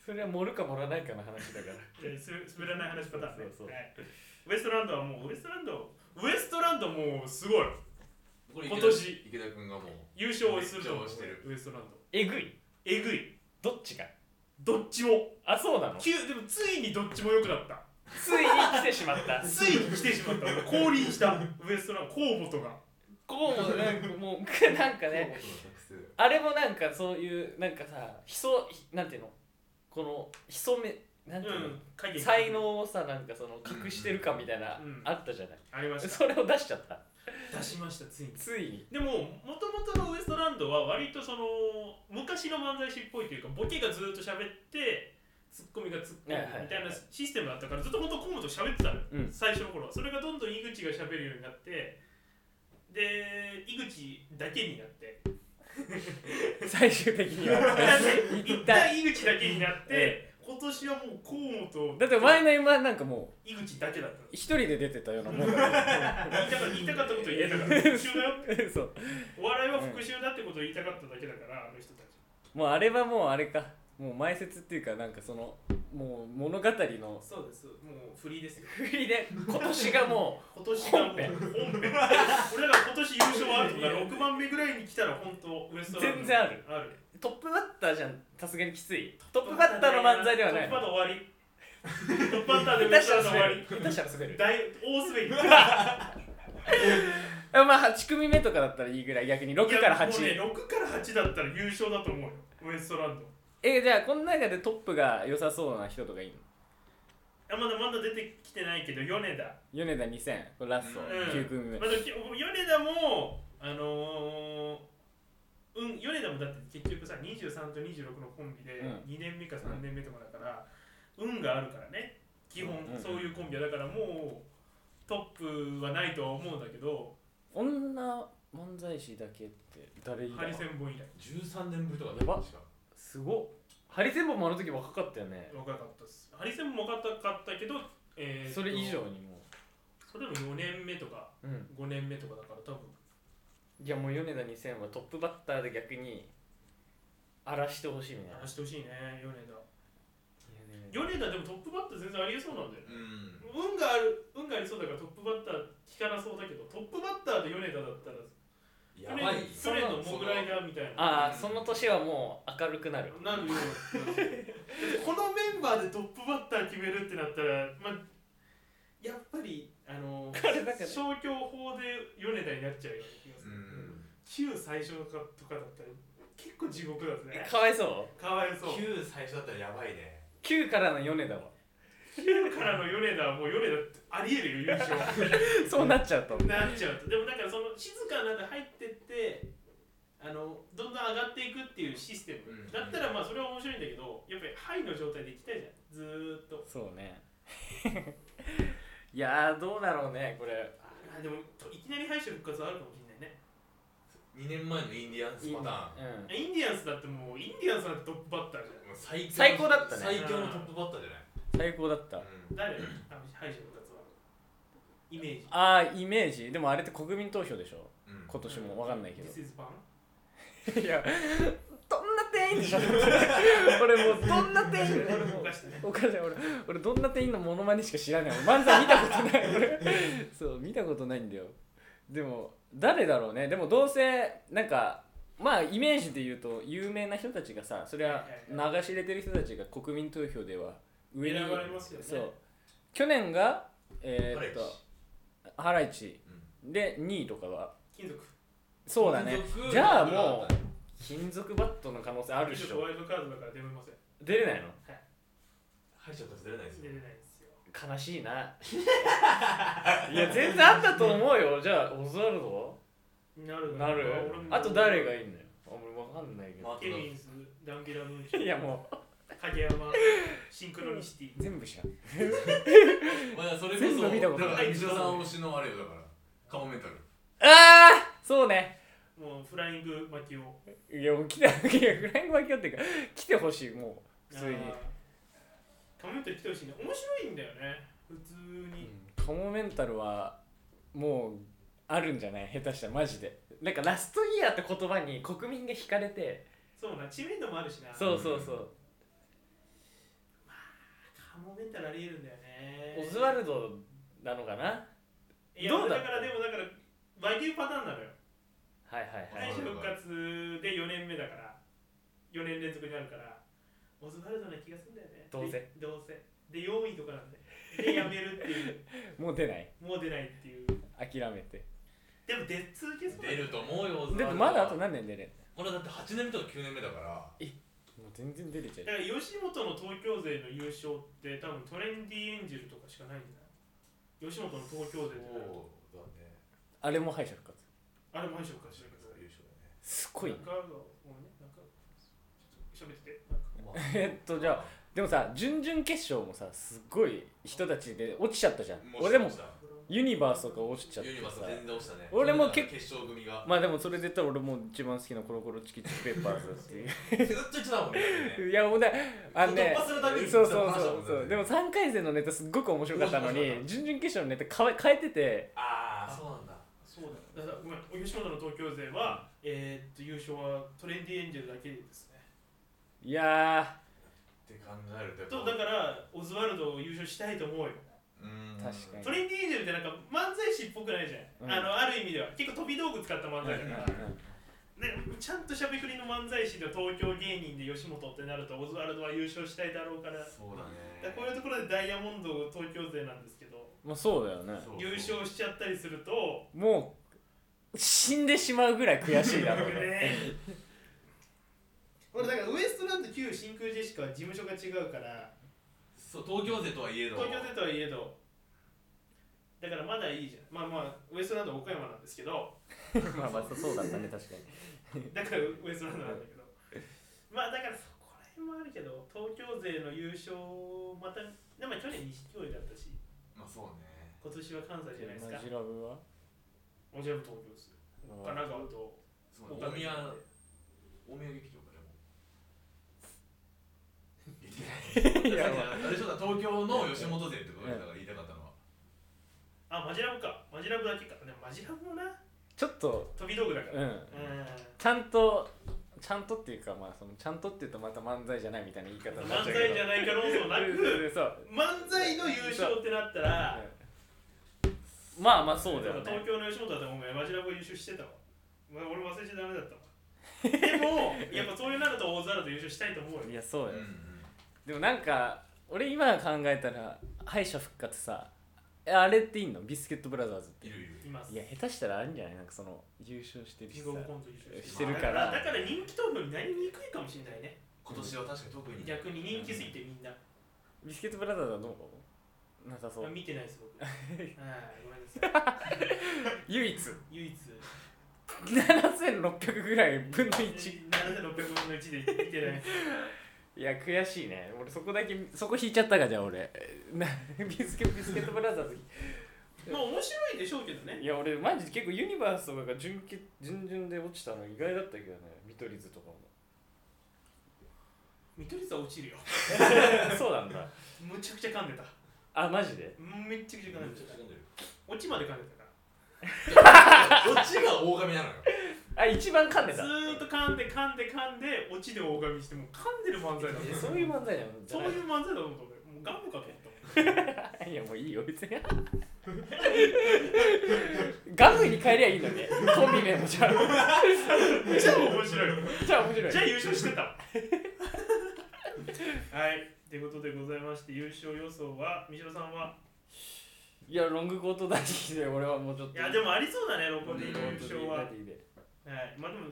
[SPEAKER 3] それは盛るか盛らないかの話だから
[SPEAKER 2] で滑滑らない話パターンね
[SPEAKER 3] そうそうそう
[SPEAKER 2] はい、ウエストランドはもうウエストランドウエストランドもうすごい
[SPEAKER 4] これ
[SPEAKER 2] 今年
[SPEAKER 4] 池田池田君がもう。
[SPEAKER 2] 優勝すると思う
[SPEAKER 4] 優勝してる
[SPEAKER 2] ウエストランド
[SPEAKER 3] えぐい
[SPEAKER 2] えぐい
[SPEAKER 3] どっちが
[SPEAKER 2] どっちも
[SPEAKER 3] あそうなの
[SPEAKER 2] きゅでもついにどっちも良くなった
[SPEAKER 3] ついに来てしまった
[SPEAKER 2] ついに来てしまった俺降臨したウエストランド候補とが
[SPEAKER 3] こうもなんかもうなんかねあれもなんかそういうなんかさひそひなんていうのこの潜めなんていうの、
[SPEAKER 2] 影
[SPEAKER 3] 才能をさなんかその隠してるかみたいな、
[SPEAKER 2] うん
[SPEAKER 3] あったじゃない
[SPEAKER 2] ありました
[SPEAKER 3] それを出しちゃった
[SPEAKER 2] 出しましたついに
[SPEAKER 3] ついに
[SPEAKER 2] でももともとのウエストランドは割とその昔の漫才師っぽいというかボケがずっと喋ってツッコミがツッコむ
[SPEAKER 3] はいはいはい
[SPEAKER 2] みたいなシステムだったからずっと本当河本喋ってたのよ、
[SPEAKER 8] うん
[SPEAKER 2] 最初の頃はそれがどんどん井口が喋るようになってで井口だけになって
[SPEAKER 8] 最終的には
[SPEAKER 2] 一旦井口だけになって今年はもう河本
[SPEAKER 8] だって前の m はなんかも
[SPEAKER 2] 井口だけだったの
[SPEAKER 8] う一人で出てたようなもんだから
[SPEAKER 2] 言いたか言いたかったことを言えたから復讐だ よ
[SPEAKER 8] そう
[SPEAKER 2] お笑いは復讐だってことを言いたかっただけだからあの人たち
[SPEAKER 8] もうあれはもうあれかもう前説っていうかなんかそのもう物語の
[SPEAKER 2] そうですもうフリーですよ
[SPEAKER 3] 振りで今年がも
[SPEAKER 2] 今年がもう本編俺らが今年優勝あるとか6番目ぐらいに来たら本当ウエスト
[SPEAKER 3] う
[SPEAKER 2] ランド
[SPEAKER 3] 全然ある
[SPEAKER 2] ある
[SPEAKER 3] トップバッターじゃんさすがにきついトップバッターの漫才ではない
[SPEAKER 2] トップバッ
[SPEAKER 3] の
[SPEAKER 2] ター終わりトップバッターでウエ
[SPEAKER 3] 下手
[SPEAKER 2] ス
[SPEAKER 3] し
[SPEAKER 2] ト
[SPEAKER 3] た
[SPEAKER 2] ランド終
[SPEAKER 3] ら滑
[SPEAKER 2] わ
[SPEAKER 3] る
[SPEAKER 2] り
[SPEAKER 3] 下手したら滑る
[SPEAKER 2] 大大滑り
[SPEAKER 8] あまあ8組目とかだったらいいぐらい逆に6から
[SPEAKER 2] いや
[SPEAKER 8] 8
[SPEAKER 2] もうね6から8だったら優勝だと思うよウエストランド
[SPEAKER 8] えじゃあこの中でトップが良さそうな人とかいいの
[SPEAKER 2] あまだまだ出てきてないけど米田
[SPEAKER 8] 米田2000これラスト、
[SPEAKER 2] うん
[SPEAKER 8] 9組目、
[SPEAKER 2] まだき米田もあのーうん米田もだって結局さ23と26のコンビで
[SPEAKER 8] うん
[SPEAKER 2] 2年目か3年目とかだから、運があるからね基本
[SPEAKER 8] うんうん
[SPEAKER 2] そういうコンビはだからもうトップはないとは思うんだけど
[SPEAKER 8] 女漫才師だけって誰い
[SPEAKER 2] ハリ
[SPEAKER 8] る
[SPEAKER 2] センボン以来
[SPEAKER 4] 13年ぶりとかだ
[SPEAKER 8] やば
[SPEAKER 4] 確か
[SPEAKER 8] すごっハリセンボンもあの時若かったよね
[SPEAKER 2] 若かったっすハリセンボンも若かったけど、えーっと
[SPEAKER 8] それ以上にも
[SPEAKER 2] それでも4年目とか
[SPEAKER 8] ううん
[SPEAKER 2] 5年目とかだから多分
[SPEAKER 3] いやもう米田2000はトップバッターで逆に荒らしてほしいみたいな
[SPEAKER 2] 話してほしいね米田
[SPEAKER 3] いやね
[SPEAKER 2] 米田でもトップバッター全然ありえそうなんだよね
[SPEAKER 4] うん。
[SPEAKER 2] 運がある運がありそうだからトップバッター聞かなそうだけどトップバッターで米田だったら
[SPEAKER 4] やばい。
[SPEAKER 2] 去年のモグライダーみたいな
[SPEAKER 3] ああその年はもう明るくなる
[SPEAKER 2] なるよ このメンバーでトップバッター決めるってなったら、まあ、やっぱりあの
[SPEAKER 3] れだから
[SPEAKER 2] 消去法で米田になっちゃうような気がす
[SPEAKER 4] う
[SPEAKER 2] る、
[SPEAKER 4] ん。
[SPEAKER 2] 旧最初とかとかだったら結構地獄だったね
[SPEAKER 3] かわいそう
[SPEAKER 2] かわいそう
[SPEAKER 4] 9最初だったらやばいね。
[SPEAKER 3] 9からの米田は
[SPEAKER 2] 旧からの米田はもう米田ってありえるよ優勝
[SPEAKER 8] そうなっちゃうと思
[SPEAKER 2] なっちゃうとでもだからその静かなで入ってってあのどんどん上がっていくっていうシステム、
[SPEAKER 4] うん
[SPEAKER 2] だったらまあそれは面白いんだけどやっぱりハイの状態でいきたいじゃんずーっと
[SPEAKER 8] うそうね
[SPEAKER 3] いやーどうだろうねこれ
[SPEAKER 2] あーでもといきなり敗者復活はあるかもしれないね
[SPEAKER 4] 2年前のインディアンスパターン。
[SPEAKER 3] うん
[SPEAKER 2] インディアンスだってもうインディアンスなんてトップバッターじゃん
[SPEAKER 4] もう最強
[SPEAKER 3] 最高だったね
[SPEAKER 4] 最強のトップバッターじゃない
[SPEAKER 8] 最高だった
[SPEAKER 2] 誰あ敗者復活はイメージ
[SPEAKER 8] ああイメージでもあれって国民投票でしょ
[SPEAKER 4] うん。うん。
[SPEAKER 3] 今年もわかんないけ
[SPEAKER 2] This is 版
[SPEAKER 3] どいやどんな店 員でしょ俺もうどんな店員俺もう おかしい俺俺どんな店員のモノマネしか知らない俺漫才見たことない俺そう見たことないんだよでも誰だろうねでもどうせなんかまあイメージで言うと有名な人たちがさそれは流し入れてる人たちが国民投票では上に
[SPEAKER 2] 選ばれますよね
[SPEAKER 3] そう去年がえーっとハライチ
[SPEAKER 4] う
[SPEAKER 3] で2位とかは
[SPEAKER 2] 金属
[SPEAKER 3] そうだね
[SPEAKER 4] 金属
[SPEAKER 3] じゃあもう金属バットの可能性あるで
[SPEAKER 2] 金
[SPEAKER 3] し
[SPEAKER 2] 属
[SPEAKER 3] ょ
[SPEAKER 2] ワイルドカードだから出れません
[SPEAKER 3] 出れないの
[SPEAKER 4] 敗者の数出れないです
[SPEAKER 2] 出
[SPEAKER 4] よ
[SPEAKER 2] れないですよ
[SPEAKER 3] 悲しいない
[SPEAKER 9] や全然あったと思うよじゃあオズワルド
[SPEAKER 2] なる
[SPEAKER 9] なる
[SPEAKER 2] 俺も
[SPEAKER 9] あと誰がいいんだよあ俺わかんないけど
[SPEAKER 4] まああと
[SPEAKER 2] ケビンズダンビラムーン
[SPEAKER 3] いやも
[SPEAKER 2] 影山シンクロニシティ
[SPEAKER 3] う全部じゃん
[SPEAKER 4] まあそれこ
[SPEAKER 3] 全部見たこ
[SPEAKER 4] そ
[SPEAKER 3] と
[SPEAKER 4] だ
[SPEAKER 3] な
[SPEAKER 4] か
[SPEAKER 3] い
[SPEAKER 4] ら石田さん推しのあれよだからカモメンタル
[SPEAKER 3] ああそうね
[SPEAKER 2] もうフライング巻きを
[SPEAKER 3] いやもう来たいやフライング巻きよっていうか来てほしいもう普通に
[SPEAKER 2] あーカモメント来てほしいね面白いんだよね普通に
[SPEAKER 3] カモメンタルはもうあるんじゃない下手したらマジで
[SPEAKER 9] なんかラストイヤーって言葉に国民が惹かれて
[SPEAKER 2] そうな知名度もあるしな
[SPEAKER 9] そうそうそう
[SPEAKER 2] カモメンタルありえるんだよね
[SPEAKER 9] オズワルドなのかなはい
[SPEAKER 2] や
[SPEAKER 9] どうだ
[SPEAKER 2] だからでもだから和牛パターンなのよ
[SPEAKER 9] いはいはい
[SPEAKER 2] 敗者復活で4年目だから4年連続になるからオズワルドな気がするんだよね
[SPEAKER 9] どうせ
[SPEAKER 2] でどうせで4位とかなんででやめるっていう
[SPEAKER 3] もう出ない
[SPEAKER 2] もう出ないっていう
[SPEAKER 3] 諦めて
[SPEAKER 2] でも出続けそうだ
[SPEAKER 4] 出ると思うよ
[SPEAKER 3] でもまだあと
[SPEAKER 4] こ
[SPEAKER 3] 何年出れ
[SPEAKER 4] れ
[SPEAKER 3] ん
[SPEAKER 4] だって8年目とか9年目だから
[SPEAKER 3] のもう全然出れちゃう
[SPEAKER 2] だから吉本の東京勢の優勝って多分トレンディエンジェルとかしかないんじゃない吉本の東京勢ってなる
[SPEAKER 4] そうだね
[SPEAKER 3] あれも敗者復活
[SPEAKER 2] あれも敗者復活してるけど
[SPEAKER 4] 優勝だね
[SPEAKER 3] すごいね
[SPEAKER 2] 中川もねなんかちょっと喋っててなんか
[SPEAKER 4] ま
[SPEAKER 3] えっとじゃあでもさ準々決勝もさすっごい人たちで落ちちゃったじゃん
[SPEAKER 4] あ
[SPEAKER 3] 俺でも
[SPEAKER 4] 落ちた
[SPEAKER 3] ユニバースとか落ちちゃって
[SPEAKER 4] ユニバース
[SPEAKER 3] さ
[SPEAKER 4] 全然落ちたね
[SPEAKER 3] 俺も結
[SPEAKER 4] 決勝組が
[SPEAKER 3] まあでもそれで言ったら俺もう一番好きなコロコロチキチキペッパーズっていう
[SPEAKER 4] ずっと言ってたもんね
[SPEAKER 3] いやもうねあのね
[SPEAKER 4] 突破するために
[SPEAKER 3] そうそう
[SPEAKER 4] 話した
[SPEAKER 3] そ
[SPEAKER 4] も
[SPEAKER 3] うん
[SPEAKER 4] ね
[SPEAKER 3] そうでも3回戦のネタすっごく面白かったの
[SPEAKER 4] 面白 かっ
[SPEAKER 3] に準々決勝のネタ変え変えてて
[SPEAKER 4] ああそうなんだ
[SPEAKER 2] そうだよだからごめん吉本の東京勢は、えーっと優勝はトレンディエンジェルだけですね
[SPEAKER 3] いや
[SPEAKER 4] って考えると
[SPEAKER 2] とだからオズワルドを優勝したいと思うよ
[SPEAKER 4] うーん
[SPEAKER 3] ー確かに
[SPEAKER 2] トレンディエンジェルってなんか漫才師っぽくないじゃん、
[SPEAKER 3] うん
[SPEAKER 2] あのある意味では結構飛び道具使った漫才だから、
[SPEAKER 3] うんうん
[SPEAKER 2] ね、ちゃんとしゃべくりの漫才師で東京芸人で吉本ってなるとオズワルドは優勝したいだろうからだか
[SPEAKER 4] そうだね
[SPEAKER 2] らこういうところでダイヤモンド東京勢なんですけど
[SPEAKER 3] まあそうだよね
[SPEAKER 4] そうそう
[SPEAKER 2] 優勝しちゃったりする と
[SPEAKER 3] もう死んでしまうぐらい悔しいだろうね
[SPEAKER 2] ね俺だからウエストランド旧真空ジェシカは事務所が違うから
[SPEAKER 4] そう東京勢とはいえど
[SPEAKER 2] 東京勢とはいえどだからまだいいじゃんまあまあウエストランドは岡山なんですけど
[SPEAKER 3] まあまあそうだったね確かに
[SPEAKER 2] だからウエストランドなんだけどまあだからそこら辺もあるけど東京勢の優勝またでも去年錦鯉だったし
[SPEAKER 4] まあそうね
[SPEAKER 2] 今年は関西じゃないですか
[SPEAKER 3] マジラブは
[SPEAKER 2] もちろん東京です神奈川と
[SPEAKER 4] そうね
[SPEAKER 2] 岡
[SPEAKER 4] 大宮
[SPEAKER 2] 山
[SPEAKER 4] 大宮劇場からも言ってない
[SPEAKER 3] いや
[SPEAKER 4] さっきのあれでしょだから東京の吉本勢ってことだから言いたかったのは
[SPEAKER 2] あマジラブかマジラブだけかでもマジラブもな
[SPEAKER 3] ちょっと
[SPEAKER 2] 飛び道具だから
[SPEAKER 3] う
[SPEAKER 2] う
[SPEAKER 3] ん
[SPEAKER 2] ん
[SPEAKER 3] ちゃんとちゃんとっていうかまあそのちゃんとっていうとまた漫才じゃないみたいな言い方に
[SPEAKER 2] 漫
[SPEAKER 3] なっちゃう
[SPEAKER 2] 才じ
[SPEAKER 3] け
[SPEAKER 2] ゃない可能性も
[SPEAKER 3] ど
[SPEAKER 2] な く
[SPEAKER 3] うんそう
[SPEAKER 2] 漫才の優勝ってなったら
[SPEAKER 3] うんまあまあそうだよ
[SPEAKER 2] 東
[SPEAKER 3] ね
[SPEAKER 2] 京の吉本だとお前マジラブ優勝してたわお前俺忘れちゃダメだったわでもやっぱそういうなると大皿と優勝したいと思うよ
[SPEAKER 3] いやそう
[SPEAKER 4] う
[SPEAKER 3] だ
[SPEAKER 4] ん
[SPEAKER 3] よ、
[SPEAKER 4] うん
[SPEAKER 3] でもなんか俺今考えたら敗者復活さえあれっていいのビスケットブラザーズって
[SPEAKER 4] いるいる
[SPEAKER 2] います
[SPEAKER 3] いや下手したらあるんじゃないなんかその優勝してる
[SPEAKER 2] キ
[SPEAKER 3] し
[SPEAKER 2] ン
[SPEAKER 3] さ
[SPEAKER 2] グオブコント優勝
[SPEAKER 3] してるから
[SPEAKER 2] だから人気投票になりにくいかもしれないね
[SPEAKER 4] 今年は確かに特に
[SPEAKER 2] 逆に人気すぎてみんな
[SPEAKER 3] ビスケットブラザーズはどうなさそう
[SPEAKER 2] 見てないです僕 はいごめんなさい
[SPEAKER 3] 唯一
[SPEAKER 2] 唯一
[SPEAKER 3] 7600ぐらい分の1
[SPEAKER 2] 7600分の1で見てない
[SPEAKER 3] いや悔しいね俺そこだけそこ引いちゃったかじゃあ俺な ビスケビスケットブラザーズ
[SPEAKER 2] まあ面白いでしょうけどね
[SPEAKER 3] いや俺マジで結構ユニバースとかが準決準々で落ちたの意外だったけどね見取り図とかも
[SPEAKER 2] 見取り図は落ちるよ
[SPEAKER 3] そうなんだ
[SPEAKER 2] むちゃくちゃ噛んでた
[SPEAKER 3] あマジで
[SPEAKER 2] めっちゃくちゃ噛んでた
[SPEAKER 4] ちゃ噛んでる
[SPEAKER 2] 落ちまで噛んでたから
[SPEAKER 4] どっちが大神 なのよ
[SPEAKER 3] あ一番噛んで
[SPEAKER 2] ず
[SPEAKER 3] た
[SPEAKER 2] ーっと噛んで噛んで噛んで落ちで大神してもう噛んでる漫才なんだ
[SPEAKER 3] えそういう漫才なのじゃ
[SPEAKER 2] そう
[SPEAKER 3] ない
[SPEAKER 2] いう漫才だと思った俺もうガムかと思った
[SPEAKER 3] いやもういいよ別にガムに帰りゃいいのにコンビ名もじゃあ
[SPEAKER 2] じゃあ面白い
[SPEAKER 3] じゃあ面白い
[SPEAKER 2] じゃあ優勝して たはいということでございまして優勝予想は三代さんはい
[SPEAKER 3] やロングコートダディで俺はもうちょっと
[SPEAKER 2] いやでもありそうだねロコ
[SPEAKER 3] ロ
[SPEAKER 2] デ
[SPEAKER 3] ン
[SPEAKER 2] ィ
[SPEAKER 3] グコ
[SPEAKER 2] の優
[SPEAKER 3] ート
[SPEAKER 2] 勝は
[SPEAKER 3] ダディで
[SPEAKER 2] はいまあでも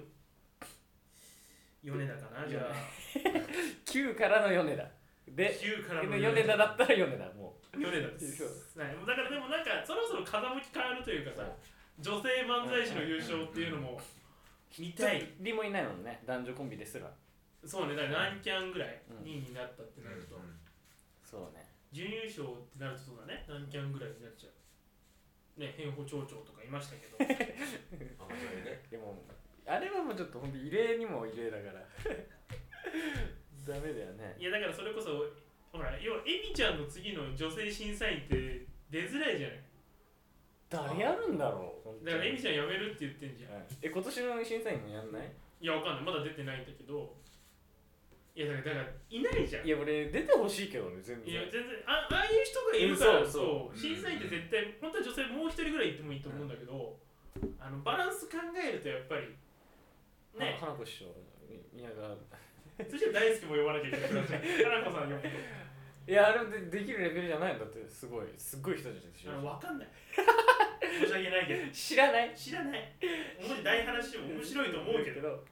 [SPEAKER 2] 米田かなじゃあ
[SPEAKER 3] 9からの米田で
[SPEAKER 2] 9からの
[SPEAKER 3] 米田だったら米田も
[SPEAKER 2] 米田ですはいだからでもなんかそろそろ風向き変わるというかさ女性漫才師の優勝っていうのも見
[SPEAKER 3] う
[SPEAKER 2] たい
[SPEAKER 3] リもいないもんね男女コンビですら
[SPEAKER 2] そうねだからランキャンぐらい2位になったってなると
[SPEAKER 3] そうね
[SPEAKER 2] 準優勝ってなるとそうだねランキャンぐらいになっちゃうね変法町長とかいましたけど
[SPEAKER 4] あ面白いね
[SPEAKER 3] でもあれはもうちょっとほんと異例にも異例だから ダメだよね
[SPEAKER 2] いやだからそれこそほら要はエミちゃんの次の女性審査員って出づらいじゃない
[SPEAKER 3] 誰やるんだろう
[SPEAKER 2] だからエ
[SPEAKER 3] 本
[SPEAKER 2] ミちゃん辞めるって言ってんじゃん
[SPEAKER 3] 当にはいえ今年の審査員もやんない
[SPEAKER 2] いやわかんないまだ出てないんだけどいやだからだからいないじゃん
[SPEAKER 3] いや俺出てほしいけどね全
[SPEAKER 2] いや
[SPEAKER 3] 然
[SPEAKER 2] 全然あああいう人がいるから
[SPEAKER 3] うんそう
[SPEAKER 2] そう
[SPEAKER 4] うん
[SPEAKER 2] 審査員って絶対本当は女性もう一人ぐらいいってもいいと思うんだけど、あのバランス考えるとやっぱりね
[SPEAKER 3] は花子師匠宮川
[SPEAKER 2] そして大好きも呼ばなきゃいけないからじゃん花子さん呼ぶ
[SPEAKER 3] いやあれでできるレベルじゃないんだってすごいすっごい人たちでし
[SPEAKER 2] あの
[SPEAKER 3] ょ
[SPEAKER 2] わかんない申し訳ないけど
[SPEAKER 3] 知らない
[SPEAKER 2] 知らない面白い大話も面白いと思うけど
[SPEAKER 3] ど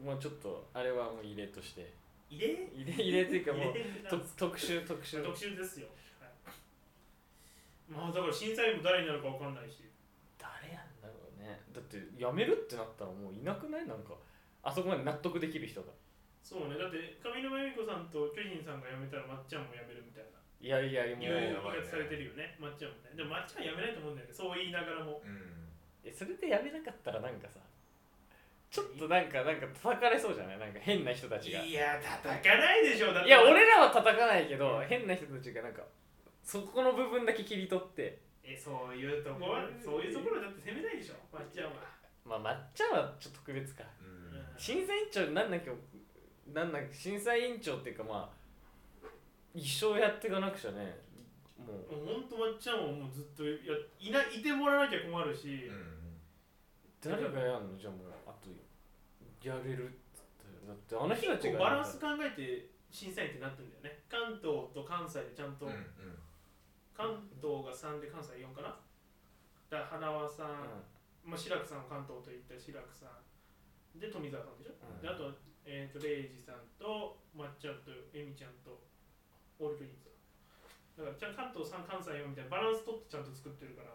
[SPEAKER 3] もうちょっとあれはもう異例として
[SPEAKER 2] 入れ
[SPEAKER 3] 異例異例っていうかもう
[SPEAKER 2] 入れ
[SPEAKER 3] と特集特集
[SPEAKER 2] 特集ですよ、はいまあだから審査員も誰になるかわかんないし
[SPEAKER 3] 誰やんだろうねだって辞めるってなったらもういなくないなんかあそこまで納得できる人が
[SPEAKER 2] そうねだって上沼恵美子さんと巨人さんが辞めたらまっちゃんも辞めるみたいない
[SPEAKER 3] やいやも
[SPEAKER 2] いうろ
[SPEAKER 4] や
[SPEAKER 2] い
[SPEAKER 4] や
[SPEAKER 2] ろ
[SPEAKER 4] ばいね
[SPEAKER 2] 部活されてるよねまっちゃんもねでもまっちゃんは辞めないと思うんだよねそう言いながらも
[SPEAKER 4] うん
[SPEAKER 3] えそれで辞めなかったらなんかさちょっとなんかなんか叩かれそうじゃないなんか変な人たちがい
[SPEAKER 2] や叩かないでしょだって
[SPEAKER 3] や俺らは叩かないけど変な人たちがなんかそこの部分だけ切り取って
[SPEAKER 2] えそういうとこはそういうところだって責めないでしょまっちゃんは
[SPEAKER 3] まあまっちゃんはちょっと特別か
[SPEAKER 4] うん
[SPEAKER 3] 審査委員長になんなきゃなんなきゃ審査委員長っていうかまあ一生やっていかなくちゃねもう
[SPEAKER 2] もうほんとまっちゃんはもうずっとやいないてもらわなきゃ困る
[SPEAKER 4] う
[SPEAKER 2] し、
[SPEAKER 4] ん
[SPEAKER 3] 誰がやんのじゃあもうあとやれるっつってだってあの人たち
[SPEAKER 2] 結
[SPEAKER 3] が
[SPEAKER 2] 構バランス考えて審査員ってなってんだよね関東と関西でちゃんと、
[SPEAKER 4] うん
[SPEAKER 2] 関東が3で関西4かなだから花輪さん、まあ、志らくさんは関東といった志らくさんで富澤さんでしょ、
[SPEAKER 3] うん
[SPEAKER 2] であと,、えー、とレイジさんとまっちゃんとえみちゃんとオールクリーンさんだからちゃん関東3関西4みたいなバランス取ってちゃんと作ってるから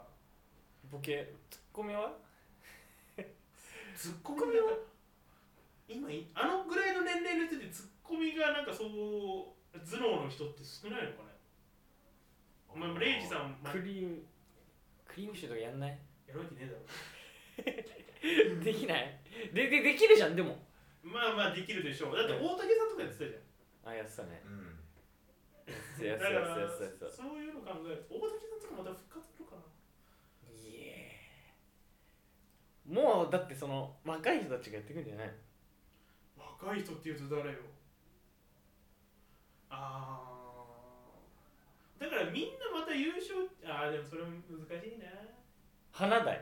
[SPEAKER 3] ボケツッコミは
[SPEAKER 2] ツッコミが今いあのぐらいの年齢の人でツッコミがなんかそう頭脳の人って少ないのかねお前もレイジさんまあ
[SPEAKER 3] クリームクリームシチューとかやんない
[SPEAKER 2] やるわけねえだろ
[SPEAKER 3] できないででできるじゃんでも
[SPEAKER 2] まあまあできるでしょうだって大竹さんとかやってたじゃん
[SPEAKER 3] あやってたね
[SPEAKER 4] うん
[SPEAKER 3] や
[SPEAKER 2] だ
[SPEAKER 3] って
[SPEAKER 2] か
[SPEAKER 3] たや
[SPEAKER 2] ら
[SPEAKER 3] ってたやってたやって
[SPEAKER 2] そういうの考えると大竹さんとかまた復活するかな
[SPEAKER 3] たいえもうだってその若い人たちがやってくんじゃない
[SPEAKER 2] 若い人っていうと誰よあーだからみんなまた優勝ああでもそれも難しいな
[SPEAKER 3] 花台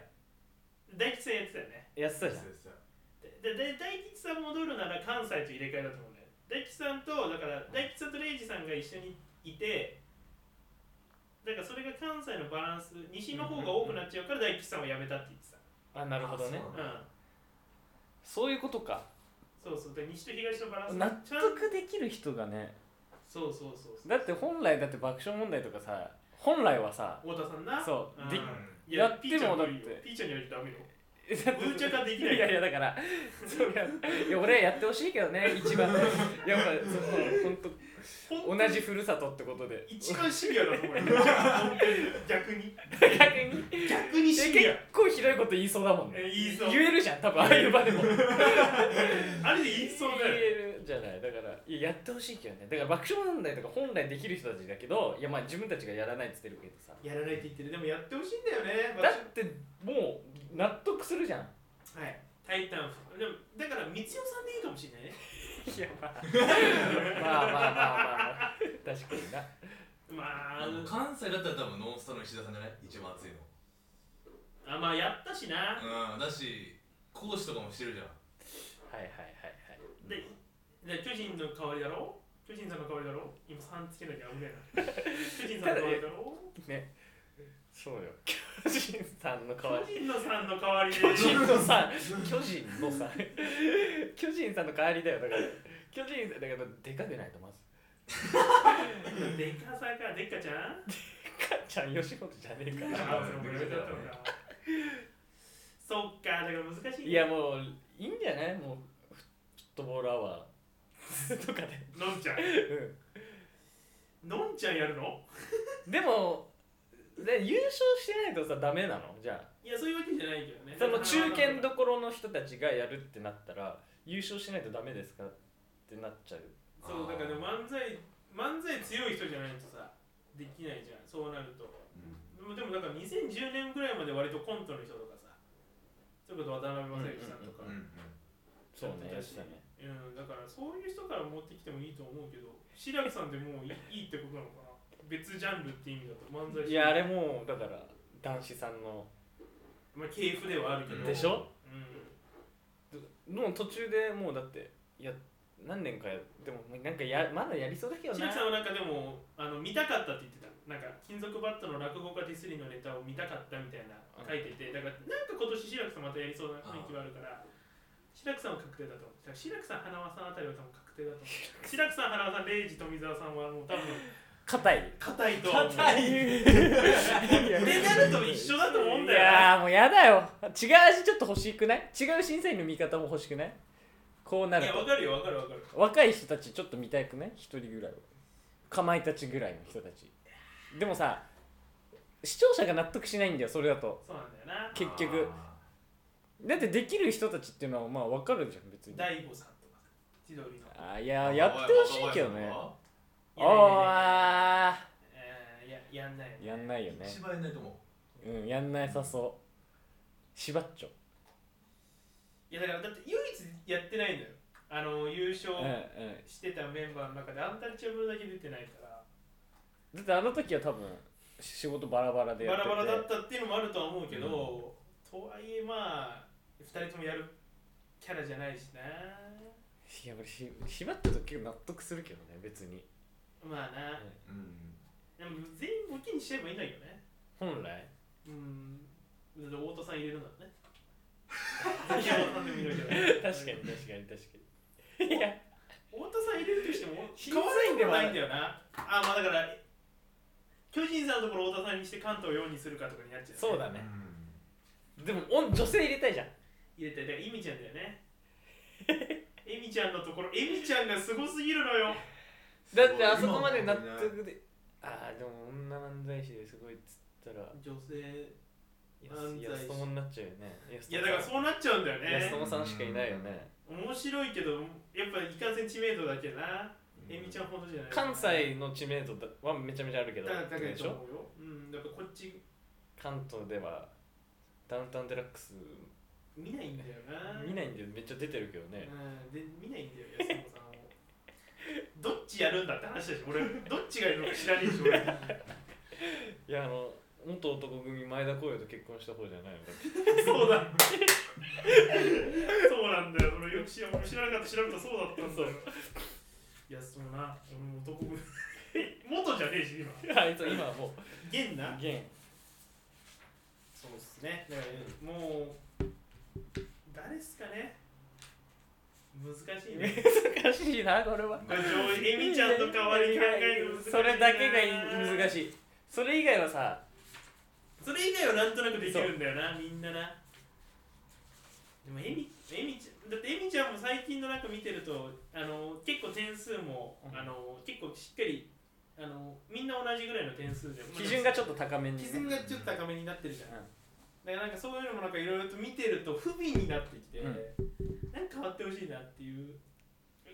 [SPEAKER 2] 大吉さんやってたよね
[SPEAKER 3] やってたじゃん
[SPEAKER 4] そうそう
[SPEAKER 2] ででで大吉さん戻るなら関西と入れ替えだと思うんだよ大吉さんとだから大吉さんとレイジさんが一緒にいてだからそれが関西のバランス西の方が多くなっちゃうから大吉さんはやめたって言ってた
[SPEAKER 3] あなるほどね
[SPEAKER 4] あそう
[SPEAKER 2] うん
[SPEAKER 3] そういうことか
[SPEAKER 2] そうそうで西と東のバランス
[SPEAKER 3] 納
[SPEAKER 2] ちゃん
[SPEAKER 3] 得できる人がね
[SPEAKER 2] そうそうそうそう
[SPEAKER 3] だって本来だって爆笑問題とかさ本来はさ
[SPEAKER 2] 太田さんな
[SPEAKER 3] そう、
[SPEAKER 2] うん
[SPEAKER 3] で
[SPEAKER 2] い
[SPEAKER 3] やっても
[SPEAKER 2] ピーちゃん無理よ
[SPEAKER 3] だって
[SPEAKER 2] ピーちゃんにはダメよ
[SPEAKER 3] えだって
[SPEAKER 2] むちゃかできない
[SPEAKER 3] いやいや だからそういやいや俺やってほしいけどね一番やっぱその本当
[SPEAKER 2] ほん
[SPEAKER 3] 同じふるさとってことで
[SPEAKER 2] 一番シビアだと思うよ本当に逆に逆にシ
[SPEAKER 3] 結
[SPEAKER 2] ビア
[SPEAKER 3] 構ひどいこと言いそうだもんね
[SPEAKER 2] え言いそう
[SPEAKER 3] 言えるじゃん多分ああいう場でも
[SPEAKER 2] あれで 言いそうだよね
[SPEAKER 3] 言えるじゃないだからいややってほしいけどねだから爆笑問題とか本来できる人たちだけどいやまあ自分たちがやらないって言ってるけどさ
[SPEAKER 2] やらないって言ってるでもやってほしいんだよね
[SPEAKER 3] だってもう納得するじゃん
[SPEAKER 2] はいタイタンでもだから光代さんでいいかもしれないね
[SPEAKER 3] いやまあまあまあまあまあ確かにな
[SPEAKER 2] まああ
[SPEAKER 4] あの
[SPEAKER 2] の
[SPEAKER 4] 関西だったら多分ノンスタの石田さんじゃない一番熱いの
[SPEAKER 2] あまあやったしな
[SPEAKER 4] うんだし講師とかもしてるじゃん
[SPEAKER 3] はいはいはい
[SPEAKER 2] でで巨人の代わりだろ巨人さんの代わりだろ今さんつけなきゃ危ないな巨人さんの代わりだろ
[SPEAKER 3] はいねそうよ巨人さんの代 わり
[SPEAKER 2] 巨人のさんの代わりで
[SPEAKER 3] 巨人のさ巨人のさ巨人さんの代わりだよだから巨人さんだからでかくないとまず
[SPEAKER 2] デカさかデカちゃん
[SPEAKER 3] かっちゃん吉本じゃねえか
[SPEAKER 2] あ
[SPEAKER 3] ら
[SPEAKER 2] それもやめちゃったのかそっかだから難しいね
[SPEAKER 3] いやもういいんじゃないもうフットボールアワ ーとかで、
[SPEAKER 2] のんちゃんのんちゃんやるの
[SPEAKER 3] うん、でもで優勝してないとさダメなのじゃあ
[SPEAKER 2] いやそういうわけじゃないけどね
[SPEAKER 3] その中堅どころの人たちがやるってなったら優勝しないとダメですかってなっちゃう
[SPEAKER 2] そうだからでも漫才漫才強い人じゃないとさできないじゃんそうなるとでもでもなんか2010年ぐらいまで割とコントの人とかさそれこそ渡辺正行さんとか
[SPEAKER 4] うんうん
[SPEAKER 3] そうね
[SPEAKER 2] や
[SPEAKER 3] や
[SPEAKER 2] っ
[SPEAKER 3] ってて
[SPEAKER 2] た
[SPEAKER 3] た
[SPEAKER 2] し
[SPEAKER 3] ね
[SPEAKER 2] うんだからそういう人から持ってきてもいいと思うけど白木さんでもういい いいってことなのかな別ジャンルって意味だと漫才師
[SPEAKER 3] いやあれもうだから男子さんの
[SPEAKER 2] まあ系譜ではあるけど
[SPEAKER 3] でしょ
[SPEAKER 2] うん
[SPEAKER 3] もう途中でもうだってや何年かやでもなんかやまだやりそうだけど
[SPEAKER 2] 白
[SPEAKER 3] な
[SPEAKER 2] 木さんはなんかでもあの見たかったって言ってたなんか金属バットの落語家ディスリーのネタを見たかったみたいな書いててだからなんか今年白木さんまたやりそうな雰囲気はあるから白木さんは確定だと思うだから白木さん花輪さんあたりは多分確定だと思う白木さん花輪さんレイジ富澤さんはもう多分
[SPEAKER 3] 硬い
[SPEAKER 2] 硬いとは思う
[SPEAKER 3] い
[SPEAKER 2] 俺なると一緒だと思うん
[SPEAKER 3] い
[SPEAKER 2] だよな
[SPEAKER 3] やーもうやだよ違う味ちょっと欲しくない違う審査員の見方も欲しくないこうないる
[SPEAKER 2] やわ
[SPEAKER 3] と
[SPEAKER 2] かるよわかるわかる
[SPEAKER 3] 若い人たちちょっと見たくない一人ぐらいはかまいたちぐらいの人たちでもさ視聴者が納得しないんだよそれだと
[SPEAKER 2] そうなんだよな
[SPEAKER 3] 結局だってできる人たちっていうのはまあわかるじゃん別に
[SPEAKER 2] 大悟さんとかさ千鳥の
[SPEAKER 3] あーいやーやってほしいけどね
[SPEAKER 2] いやいやいやいや
[SPEAKER 3] ああ
[SPEAKER 2] えーいややんないよね
[SPEAKER 3] やんないよね
[SPEAKER 4] 一番やんないと思う
[SPEAKER 3] うんやんないさそうしばっちょ
[SPEAKER 2] いやだからだって唯一やってないんだよあの優勝
[SPEAKER 3] うんうん
[SPEAKER 2] してたメンバーの中でアンタッチャブルだけ出てないから
[SPEAKER 3] だってあの時は多分仕事バラバラでやっ
[SPEAKER 2] バ
[SPEAKER 3] て
[SPEAKER 2] ラ
[SPEAKER 3] て
[SPEAKER 2] バラだったっていうのもあるとは思うけど、とはいえまあ2人ともやるキャラじゃないしない
[SPEAKER 3] や俺ししばっちょと結構納得するけどね別に
[SPEAKER 2] まあな、
[SPEAKER 4] うん
[SPEAKER 2] でも全員ボケにしちゃえばいいんだよね
[SPEAKER 3] 本来
[SPEAKER 2] うんだって太田さん入れるんだろうね太田さんでもいいわけだね
[SPEAKER 3] 確かに確かに確かにいや
[SPEAKER 2] 太田さん入れるとして も
[SPEAKER 3] 審
[SPEAKER 2] 変
[SPEAKER 3] 査
[SPEAKER 2] わらない
[SPEAKER 3] 員
[SPEAKER 2] んで
[SPEAKER 3] でも
[SPEAKER 2] も
[SPEAKER 3] あ
[SPEAKER 2] ないんだよなあまあ
[SPEAKER 3] る
[SPEAKER 2] だから巨人さんのところを太田さんにして関東4にするかとかになっちゃう、
[SPEAKER 3] そうだ
[SPEAKER 4] う
[SPEAKER 3] ね
[SPEAKER 4] ん
[SPEAKER 3] でもおん女性入れたいじゃん
[SPEAKER 2] 入れてだからエミちゃんだよね エミちゃんのところエミちゃんがすごすぎるのよ
[SPEAKER 3] だってあそこまで納得でああでも女漫才師ですごいっつったら
[SPEAKER 2] 女性
[SPEAKER 3] 安
[SPEAKER 2] 漫才師
[SPEAKER 3] 安友になっちゃうよね
[SPEAKER 2] いやだからそうなっちゃうんだよ
[SPEAKER 3] 安
[SPEAKER 2] ね
[SPEAKER 3] 友さんしかいないよね
[SPEAKER 2] 面白いけどやっぱいかんせん知名度だけなエミちゃんほどじゃない
[SPEAKER 3] 関西の知名度だはめちゃめちゃあるけど
[SPEAKER 2] だだけ
[SPEAKER 3] で
[SPEAKER 2] で
[SPEAKER 3] し
[SPEAKER 2] しょ
[SPEAKER 3] ょ
[SPEAKER 2] うようんだからこっち
[SPEAKER 3] 関東ではダウンタウンデラックス
[SPEAKER 2] 見ないんだよな
[SPEAKER 3] 見ないんでめっちゃ出てるけどね
[SPEAKER 2] うんで見ないんだよ安友さんをどっちやるんだって話だし 俺どっちがいるのか知らねえし俺
[SPEAKER 3] いやあの元男組前田光陽と結婚した方じゃないのだ って
[SPEAKER 2] そうだ。そうなんだよ。そのよく知ら知らなかった調べたらそうだったんだよ。いや、そうな。俺も男ぶ元じゃねえし、今。
[SPEAKER 3] あいつは今はもう
[SPEAKER 2] 現な。
[SPEAKER 3] 現
[SPEAKER 2] そうっすね。だからもう、誰っすかね。難 しい ね。
[SPEAKER 3] 難しいなこれは
[SPEAKER 2] これ上位エミちゃんと代わりに考えるの難しいな
[SPEAKER 3] それだけがい難しいそれ以外はさ
[SPEAKER 2] それ以外はなんとなくできるんだよな、みんなな。でもエミ、エミちゃん、だってエミちゃんも最近のなんか見てると、あの、結構構点数も、あの結構しっかりあのみんな同じぐらいの点数でまあ
[SPEAKER 10] 基準がちょっと高めにね
[SPEAKER 11] 基準がちょっと高めになってるじゃん、
[SPEAKER 10] うん
[SPEAKER 11] だからなんかそういうのもなんかいろいろと見てると不憫になってきて、
[SPEAKER 10] うん
[SPEAKER 11] なんか変わってほしいなっていう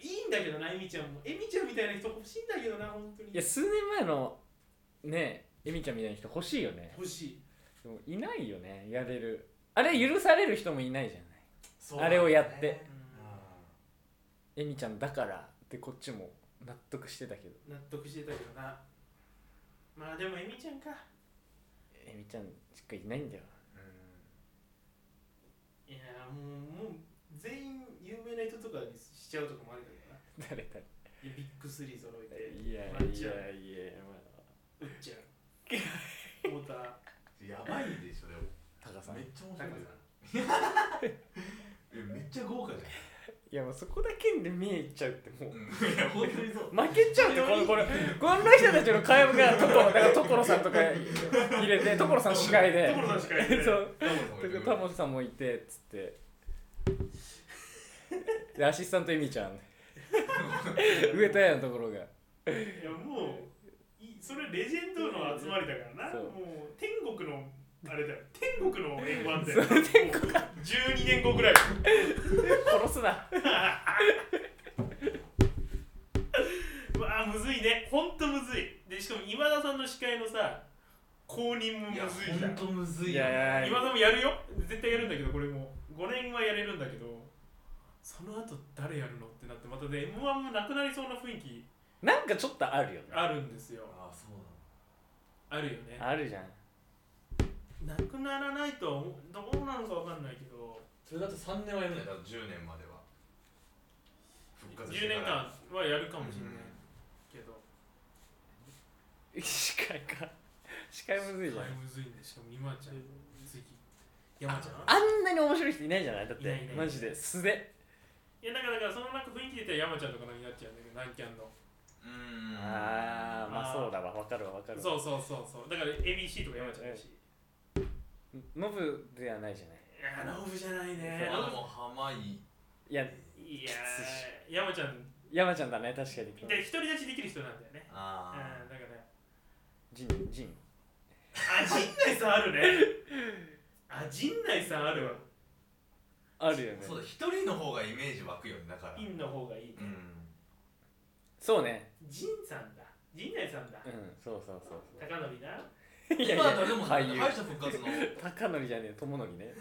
[SPEAKER 11] いいんだけどなえみちゃんもえみちゃんみたいな人欲しいんだけどな本当に
[SPEAKER 3] いや数年前のねえみちゃんみたいな人欲しいよね
[SPEAKER 11] 欲しい
[SPEAKER 3] でもいないよねやれるあれ許される人もいないじゃないあれをやってえみちゃんだからってこっちも納得してたけど
[SPEAKER 11] 納得してたけどなまあでもえみちゃんか
[SPEAKER 3] えみちゃんしかいないんだよ
[SPEAKER 11] いやもうもう全員有名な人とかにしちゃうとかもあるけどな
[SPEAKER 3] 誰誰
[SPEAKER 11] いやビッグスリー揃えて
[SPEAKER 3] いやい
[SPEAKER 11] ま
[SPEAKER 3] や
[SPEAKER 11] あ
[SPEAKER 3] い
[SPEAKER 11] じゃあ
[SPEAKER 3] やいや、ま
[SPEAKER 11] うっちゃん太田
[SPEAKER 4] やばいでしょでも
[SPEAKER 3] あ、高さん
[SPEAKER 4] め
[SPEAKER 3] い
[SPEAKER 4] っちゃ面
[SPEAKER 11] 高さん
[SPEAKER 4] 白いじゃんえめっちゃ豪華じ
[SPEAKER 3] やもうそこだけで見えいっちゃうってもう
[SPEAKER 4] ゃん、うん、いや本当に そう
[SPEAKER 3] 負けちゃうってこのこれこんな人たちの会話がとこだから所さんとか入れて所さん司会で
[SPEAKER 2] 所さんしかいない
[SPEAKER 3] そう
[SPEAKER 4] タモリさんも言ってくれ
[SPEAKER 3] タ
[SPEAKER 4] た
[SPEAKER 3] モさんもいてっつってでアシスタントエミちゃん上田屋のところが
[SPEAKER 2] いやもういそれレジェンドの集まりだからな
[SPEAKER 3] そう
[SPEAKER 2] もう天国のあれだよ天国の円盤だよ天国12年後ぐらい
[SPEAKER 3] 殺すな
[SPEAKER 2] うわあむずいねほんとむずいでしかも今田さんの司会のさ公認もむ
[SPEAKER 4] いや
[SPEAKER 2] ずいじゃん
[SPEAKER 4] 本当むず
[SPEAKER 3] い
[SPEAKER 4] いよ
[SPEAKER 3] やいや
[SPEAKER 2] 今田もやるよ絶対やるんだけどこれも5年はやれるんだけどその後誰やるのってなってまたね m 1もなくなりそうな雰囲気
[SPEAKER 3] なんかちょっとあるよね
[SPEAKER 2] あるんですよ
[SPEAKER 4] ああそうなの
[SPEAKER 2] あるよね
[SPEAKER 3] あるじゃん
[SPEAKER 2] なくならないとは思うどうなのかわかんないけど
[SPEAKER 4] それだと3年はやるんだよだから10年までは復活して
[SPEAKER 2] 10
[SPEAKER 4] から
[SPEAKER 2] 年間はやるかもしれ
[SPEAKER 4] う
[SPEAKER 2] ない
[SPEAKER 4] ん
[SPEAKER 2] けど、
[SPEAKER 3] 司会か司会むずいじゃん
[SPEAKER 2] だいぶむずいんでしかも今ちゃん次山ちゃん
[SPEAKER 3] あんなに面白い人いないじゃないだっ
[SPEAKER 2] いないい
[SPEAKER 3] て
[SPEAKER 2] ない
[SPEAKER 3] マジで素で
[SPEAKER 2] いやだからだからそのなんか雰囲気で言ったら山ちゃんとかになっちゃうんだけど南キャンの
[SPEAKER 4] うん
[SPEAKER 3] ああまあ
[SPEAKER 2] あー
[SPEAKER 3] そうだわわかるわわかるわ
[SPEAKER 2] そうそうそうそうだから ABC とか山ちゃんだし
[SPEAKER 3] ノブではないじゃない
[SPEAKER 2] いやノブじゃないね
[SPEAKER 4] あでも濱家
[SPEAKER 3] いや
[SPEAKER 2] いやー山ちゃん
[SPEAKER 3] 山ちゃんだね確かに
[SPEAKER 2] で独り立ちできる人なんだよねうん
[SPEAKER 4] ああ
[SPEAKER 2] だから
[SPEAKER 3] ジンジン
[SPEAKER 2] あ陣内さ んあるねあ陣内さんあるわ
[SPEAKER 3] あるよね
[SPEAKER 4] そうだ一人の方がイメージ湧くよねだから
[SPEAKER 2] インの方がいいね
[SPEAKER 4] うん
[SPEAKER 3] そうね
[SPEAKER 2] 陣さんだ陣内さんだ
[SPEAKER 3] うんそうそうそう
[SPEAKER 2] 高典だ
[SPEAKER 3] そういやい
[SPEAKER 4] 今だ
[SPEAKER 3] や
[SPEAKER 4] ったらでも
[SPEAKER 3] 俳優
[SPEAKER 4] 敗者復活の
[SPEAKER 3] 高典じゃねえ智則ね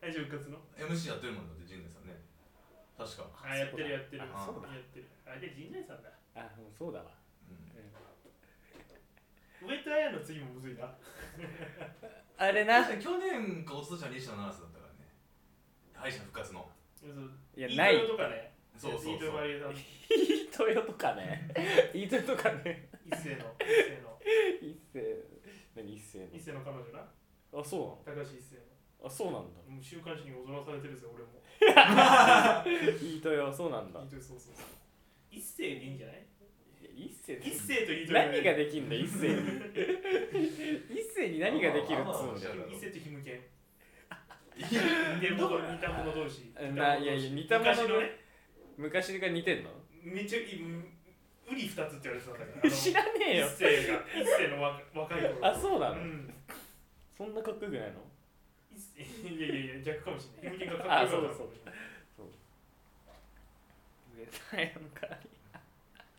[SPEAKER 2] 大丈夫復活の
[SPEAKER 4] MC やってるもんだって陣内さんね確か
[SPEAKER 2] あやってるやってるや
[SPEAKER 4] あそうだ
[SPEAKER 2] ってるあで陣内さんだ
[SPEAKER 3] あもうそうだわ
[SPEAKER 4] うん
[SPEAKER 2] 上戸彩の次もむずいな
[SPEAKER 3] あれない
[SPEAKER 4] 確かに去年かおととしは西野七瀬だったからね敗者復活の
[SPEAKER 2] い
[SPEAKER 3] やない
[SPEAKER 2] とかね
[SPEAKER 4] そうそうそう
[SPEAKER 2] 飯豊まりえさん
[SPEAKER 3] トヨとか ねイートヨとかね
[SPEAKER 2] 一 世の一世の
[SPEAKER 3] 一世何一世
[SPEAKER 2] 一世の彼女な
[SPEAKER 3] のあそうなの
[SPEAKER 2] 高橋一世
[SPEAKER 3] あそうなんだ
[SPEAKER 2] のもう週刊誌に踊らされてるぜ俺も
[SPEAKER 3] イートヨそうなんだ
[SPEAKER 2] 飯豊そうそうそう一世でいいんじゃない
[SPEAKER 3] 一世って
[SPEAKER 2] 一世と飯豊
[SPEAKER 3] 何ができんだ一世に一世に何ができるっつうんだよ
[SPEAKER 4] だろ
[SPEAKER 2] 伊勢とひむけん。
[SPEAKER 4] いや
[SPEAKER 2] で、僕は似た者同士。
[SPEAKER 3] ないやいや似た者
[SPEAKER 2] 昔の
[SPEAKER 3] 同士
[SPEAKER 2] ね、
[SPEAKER 3] 昔が似てんの
[SPEAKER 2] めっちゃ、うり二つって言われてたんだから。
[SPEAKER 3] 知らねえよ
[SPEAKER 2] 一世が、一世の若若い頃。
[SPEAKER 3] あそうな
[SPEAKER 2] う
[SPEAKER 3] の
[SPEAKER 2] ん。
[SPEAKER 3] そんなかっこよくないの
[SPEAKER 2] 一世いやいやいや、逆かもしれない。ひむけんがかっ
[SPEAKER 3] あ
[SPEAKER 2] こ
[SPEAKER 3] そ
[SPEAKER 2] よ
[SPEAKER 3] う
[SPEAKER 2] かっ
[SPEAKER 3] だ
[SPEAKER 2] た
[SPEAKER 3] そう
[SPEAKER 2] う
[SPEAKER 3] だそう上田の代わ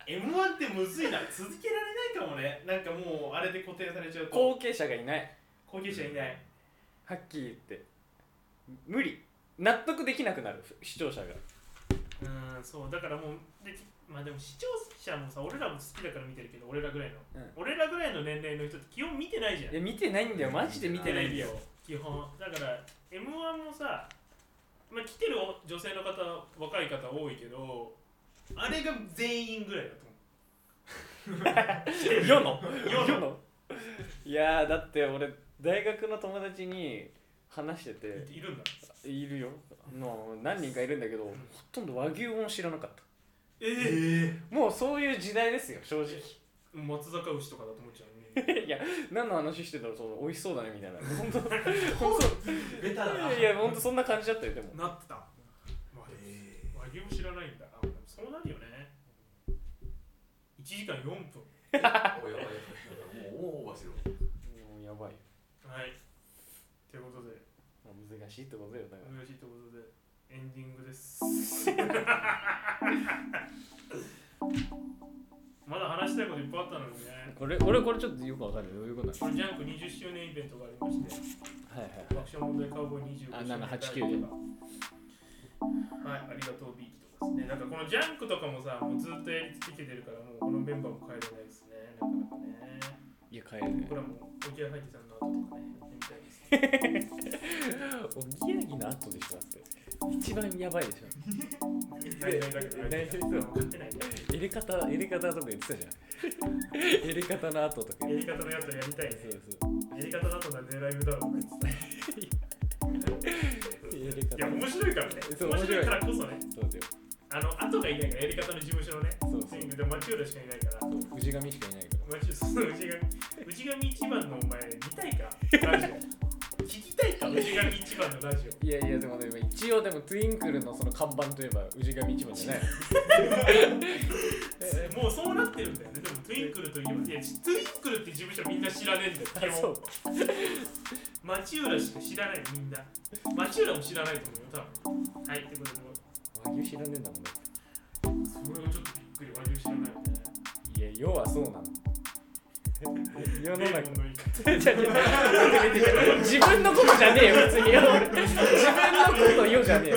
[SPEAKER 3] り
[SPEAKER 2] M1 ってむずいな。続けられないかもね。なんかもう、あれで固定されちゃうと。
[SPEAKER 3] 後継者がいない
[SPEAKER 2] 後継者いない。
[SPEAKER 3] はっきり言って無理納得できなくなる視聴者が
[SPEAKER 2] うん、そう、だからもう、でまあでも視聴者もさ、俺らも好きだから見てるけど、俺らぐらいの。
[SPEAKER 3] うん
[SPEAKER 2] 俺らぐらいの年齢の人って基本見てないじゃん
[SPEAKER 3] い。や見てないんだよマジで見
[SPEAKER 2] 見て
[SPEAKER 3] て
[SPEAKER 2] な
[SPEAKER 3] ないいん
[SPEAKER 2] ん
[SPEAKER 3] だ
[SPEAKER 2] だ
[SPEAKER 3] よ
[SPEAKER 2] よ基本だから m 1もさ、まあ、来てる女性の方若い方多いけどあれが全員ぐらいだと思
[SPEAKER 3] 世の
[SPEAKER 2] 世の
[SPEAKER 3] 世のいやーだって俺大学の友達に話して
[SPEAKER 2] う
[SPEAKER 3] て
[SPEAKER 2] いいるんだ
[SPEAKER 3] いるよの何人かいるんだけどほとんど和牛も知らなかった
[SPEAKER 2] ええ
[SPEAKER 3] もうそういう時代ですよ正直
[SPEAKER 2] 松坂牛とかだと思っ ちゃうね
[SPEAKER 3] いや何の話してたらその美味しそうだねみた いな本当
[SPEAKER 4] ベタだな
[SPEAKER 3] そういや本当そんな感じだったよでも
[SPEAKER 2] なってた和牛も知ららないんだなそうなるよね1時間4分
[SPEAKER 12] おやばいやばいもうもうオーバーしてる
[SPEAKER 3] もうやばいよ
[SPEAKER 2] はいということで
[SPEAKER 3] 難しいってことよだから
[SPEAKER 2] 嬉しいということでエンディングです まだ話したいこといっぱいあったのにね
[SPEAKER 3] これ俺これちょっとよくわかるよどういうことなの
[SPEAKER 2] このジャンク20周年イベントがありまして
[SPEAKER 3] はいはい
[SPEAKER 2] 爆笑問題カウボーイ25
[SPEAKER 3] あ
[SPEAKER 2] 周年
[SPEAKER 3] 789
[SPEAKER 2] はいありがとうビーキとかですねなんかこのジャンクとかもさもうずっとやり続けてるからもうこのメンバーも変えれないですねなかなかね
[SPEAKER 3] いや帰るね
[SPEAKER 2] 僕らもおぎやはぎさんの後とかねやってみたいですね
[SPEAKER 3] おぎやはぎの後でしょだって一番やばいでしょ
[SPEAKER 2] 大体だけど大体だけど分かってないね
[SPEAKER 3] 入れ方入れ方とか言ってたじゃん入れ方の後とか
[SPEAKER 2] や
[SPEAKER 3] 言っ
[SPEAKER 2] り方のやつやりたいね
[SPEAKER 3] てたそうそ
[SPEAKER 2] やり方だとなんでライブだろうとか言ってたいう
[SPEAKER 3] 入れ方
[SPEAKER 2] や面白いからね
[SPEAKER 3] そう
[SPEAKER 2] 面白いからこそね
[SPEAKER 3] そうだよ
[SPEAKER 2] あの後がいないからやり方の事務所のね
[SPEAKER 3] そう
[SPEAKER 2] ス
[SPEAKER 3] そ
[SPEAKER 2] イ
[SPEAKER 3] う
[SPEAKER 2] ングで町浦しかいないから
[SPEAKER 3] 氏神しかいないか
[SPEAKER 2] 町その内神内神一番のお前見たいかラジオ聞きたいか内神一番のラジ
[SPEAKER 3] らいやいやでもでも一応でもトゥインクルのその看板といえば氏神一番じゃない
[SPEAKER 2] オもうそうなってるんだよねでもトゥインクルといえばいやトゥインクルって事務所みんな知らねえんだよ誰も
[SPEAKER 3] そう
[SPEAKER 2] 町浦しか知らないみんな町浦も知らないと思うよ多分はいってことでも
[SPEAKER 3] 和牛知らねえんだもんね
[SPEAKER 2] それはちょっとびっくり和牛知らないよね
[SPEAKER 3] いや要はそうなの 世の中
[SPEAKER 2] レイモンの言い方
[SPEAKER 3] 自分のことじゃねえよ別によ俺自分のことよじゃねえよ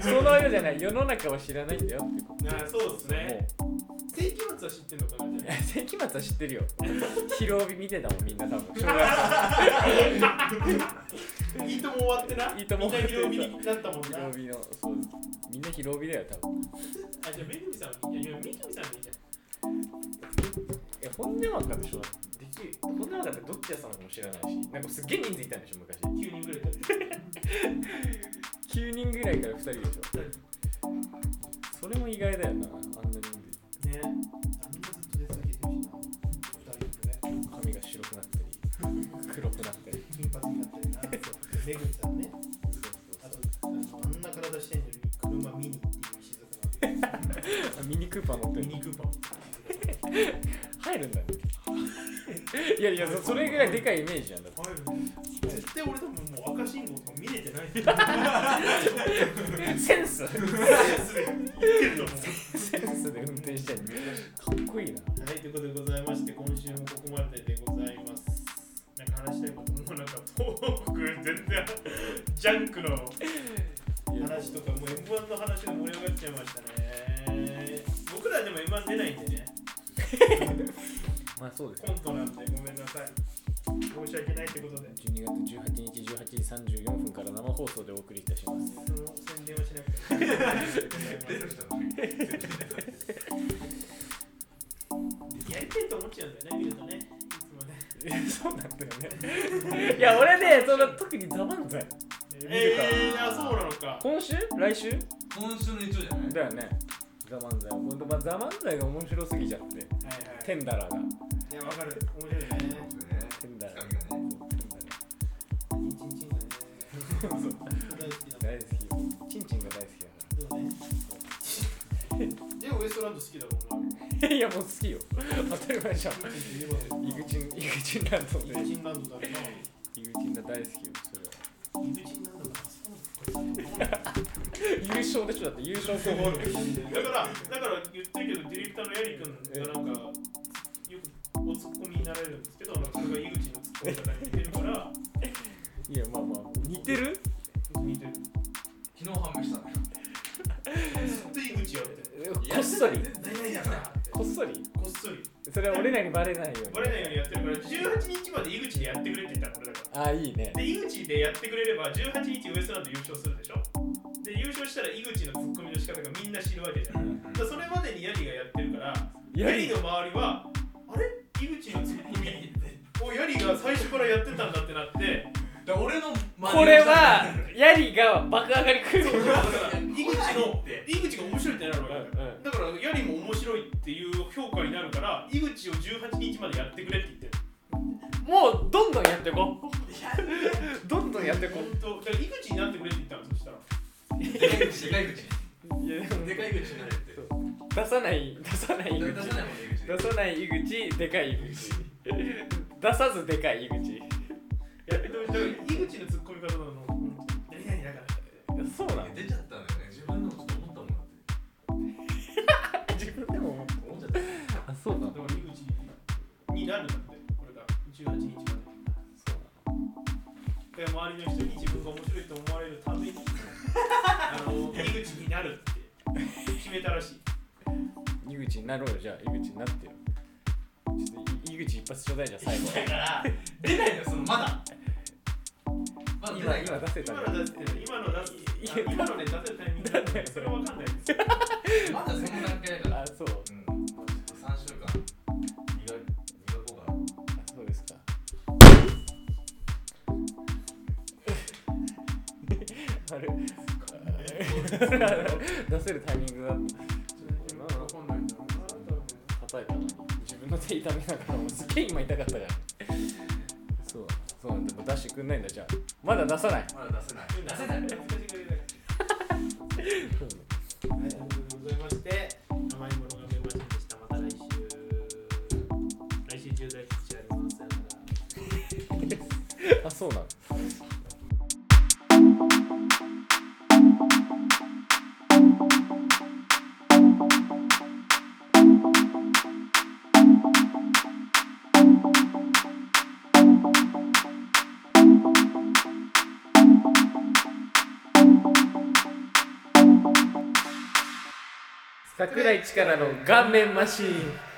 [SPEAKER 3] そのよじゃない世の中を知らないんだよってこ
[SPEAKER 2] あーそうです
[SPEAKER 3] と
[SPEAKER 2] ね。
[SPEAKER 3] も
[SPEAKER 2] 世紀末は知ってんのかなじゃ
[SPEAKER 3] ういや世紀末は知ってるよ 披露日見てたもんみんな多分小学
[SPEAKER 2] あいいとも終わってな。
[SPEAKER 3] いいとも終わって
[SPEAKER 2] みんな広見になったもんな。
[SPEAKER 3] 披露日のそう みんな披露日だよ多分
[SPEAKER 2] あ、じゃあ、めぐみさんはいい、いや、めぐみさんでいいじゃん。
[SPEAKER 3] え本音枠でしょでき本音枠ってどっちやさんも知らないしなんかすっげえ人数いたんでしょ昔
[SPEAKER 2] 9人ぐらいだって。
[SPEAKER 3] 9人ぐらいから2人でしょそれも意外だよなあんな人
[SPEAKER 2] ね。
[SPEAKER 3] 数髪が白くなったり黒くなったり
[SPEAKER 13] 金髪になったりな、めぐみさんね、あと、あのあんな体してんのに車見にっていう静かな。
[SPEAKER 3] あミニクーパー乗ってる
[SPEAKER 2] ミニクーパー。
[SPEAKER 3] 入るんだ ねいやいやそそれぐらいでかいイメージなんだって
[SPEAKER 2] 絶対俺多分もう赤信号とか見れてない。
[SPEAKER 3] センス
[SPEAKER 2] 言ってると思う。
[SPEAKER 3] センスで運転してるかっこいいな
[SPEAKER 13] はい、ということでございまして、今週もここまででございます。
[SPEAKER 2] なんか話したいこともなんか、東北全然、ジャンクの
[SPEAKER 13] 話とかもう M1 の話が盛り上がっちゃいましたね。
[SPEAKER 2] 僕らでも M1 出ないんでね。
[SPEAKER 3] まあそうです
[SPEAKER 2] コントなんでごめんなさい。申し訳ないってことで。
[SPEAKER 3] 12月18日18時34分から生放送でお送りいたします
[SPEAKER 2] その宣伝はしなくても。
[SPEAKER 12] 出 る人の
[SPEAKER 2] やりたいと思っちゃうんだよね、見るとね。いつもね。
[SPEAKER 3] そうなんだよね いや俺ねその特に「ザ漫才
[SPEAKER 2] えー、あそうなのか
[SPEAKER 3] 今週来週
[SPEAKER 4] 今週の一応じゃない
[SPEAKER 3] だよね「ザ漫才ほんとまあ「ザ漫才が面白すぎちゃって
[SPEAKER 2] はい
[SPEAKER 3] テンダラーが
[SPEAKER 2] いやわかる面白いね
[SPEAKER 12] ね
[SPEAKER 3] テンダラー
[SPEAKER 12] つかみがね
[SPEAKER 13] チンチンチンがね、大好きだ
[SPEAKER 3] 大好きチンチンが大好きだか
[SPEAKER 13] もん。そうね。
[SPEAKER 2] でウエストランド好きだもんな
[SPEAKER 3] らいやもう好きよ 当たり前じゃん
[SPEAKER 13] チンチン言えばよかっ
[SPEAKER 3] イグチン、イグチンランドで
[SPEAKER 13] た。イグチンランドだろう
[SPEAKER 3] イグチンが大好きよ、それは
[SPEAKER 13] な。イグチンランドだ
[SPEAKER 3] 優勝でしょ、だって優勝候補
[SPEAKER 2] だからだから言ってるけどディレクターのエリ君がなんかよくおツッコミになられるんですけどなんかそれが井口のツッコミが似てるから
[SPEAKER 3] いや、まあまあ似てる
[SPEAKER 2] 似てる
[SPEAKER 4] 昨日判明したのよ
[SPEAKER 2] ずっと井口やって
[SPEAKER 3] こっそり
[SPEAKER 4] 絶対ないやから
[SPEAKER 3] こっそり
[SPEAKER 2] こっそり
[SPEAKER 3] それは俺らにバレないよう
[SPEAKER 2] バ
[SPEAKER 3] に
[SPEAKER 2] レないようにやってるから18日まで井口でやってくれって言ったの俺だから
[SPEAKER 3] ああ、いいね
[SPEAKER 2] で井口でやってくれれば18日ウエストランド優勝するでしょで優勝したら井口のツッコミの仕方がみんな知るわけじゃん、だからそれまでにヤリがやってるからヤ
[SPEAKER 3] ヤ
[SPEAKER 2] リ
[SPEAKER 3] リ
[SPEAKER 2] の周りはあれ井口のツッコミをヤリが最初からやってたんだってなって
[SPEAKER 4] だから俺の真似を
[SPEAKER 3] これは、ヤリが爆上がり来る
[SPEAKER 2] だから井口の井口が面白いってなるわけだから
[SPEAKER 3] うんうん
[SPEAKER 2] だからヤリも面白いっていう評価になるから井口を18日までやってくれって言ってる
[SPEAKER 3] もう、どんどんやってこうどんどんやってこ
[SPEAKER 2] 本当だから井口になってくれって言ったのそしたら
[SPEAKER 4] でかい口でかい口
[SPEAKER 3] ういや、でも
[SPEAKER 4] でかい口にな
[SPEAKER 3] 出さない出さない井
[SPEAKER 4] 出
[SPEAKER 3] 口
[SPEAKER 4] さないもんね、
[SPEAKER 3] 出さない井口でかい井口出さずでかい井口
[SPEAKER 2] やでもだから井口のツッコミ方なの何々だから
[SPEAKER 3] そうなの
[SPEAKER 4] 出ちゃったんだよね。自分でもちょっと思ったもんだって。
[SPEAKER 3] 自分でも思った
[SPEAKER 4] 思っちゃった。
[SPEAKER 3] あそうなの
[SPEAKER 2] だから井口になるんだってこれが18日までで周りの人に自分が面白いと思われるためにあの井口になるって決めたらしい
[SPEAKER 3] 井口になろうよじゃあ井口になってよちょっとい井口一発ちょうだいじゃあ最後
[SPEAKER 4] だから、出ないのよ、そのまだ。まだ出
[SPEAKER 3] 今
[SPEAKER 4] ない
[SPEAKER 3] 今
[SPEAKER 4] から。
[SPEAKER 3] 出せた
[SPEAKER 2] 今
[SPEAKER 3] の
[SPEAKER 2] の出す今の出すあ今のね出せるタイミングだったらそれは分かんない
[SPEAKER 4] まだ
[SPEAKER 2] ですよ
[SPEAKER 4] その段階だから。
[SPEAKER 3] あそう
[SPEAKER 4] うん。ちょっと3週間、磨磨こうかな。
[SPEAKER 3] あそうですか あれ 出せるタイミングだった
[SPEAKER 2] 分かんないんだろうな多分
[SPEAKER 3] 叩いたのに自分の手痛めながらもうすっげえ今痛かったからそうそうなんだでも出してくんないんだじゃあまだ出さない
[SPEAKER 4] まだ出せない。出せない。
[SPEAKER 2] 恥ずかしがりだから
[SPEAKER 14] はい、ということでございまして、甘いものがメンバーでした。また来週、来週重大告知あります。さよなら。
[SPEAKER 3] あそうなの
[SPEAKER 15] 桜井力の顔面マシーン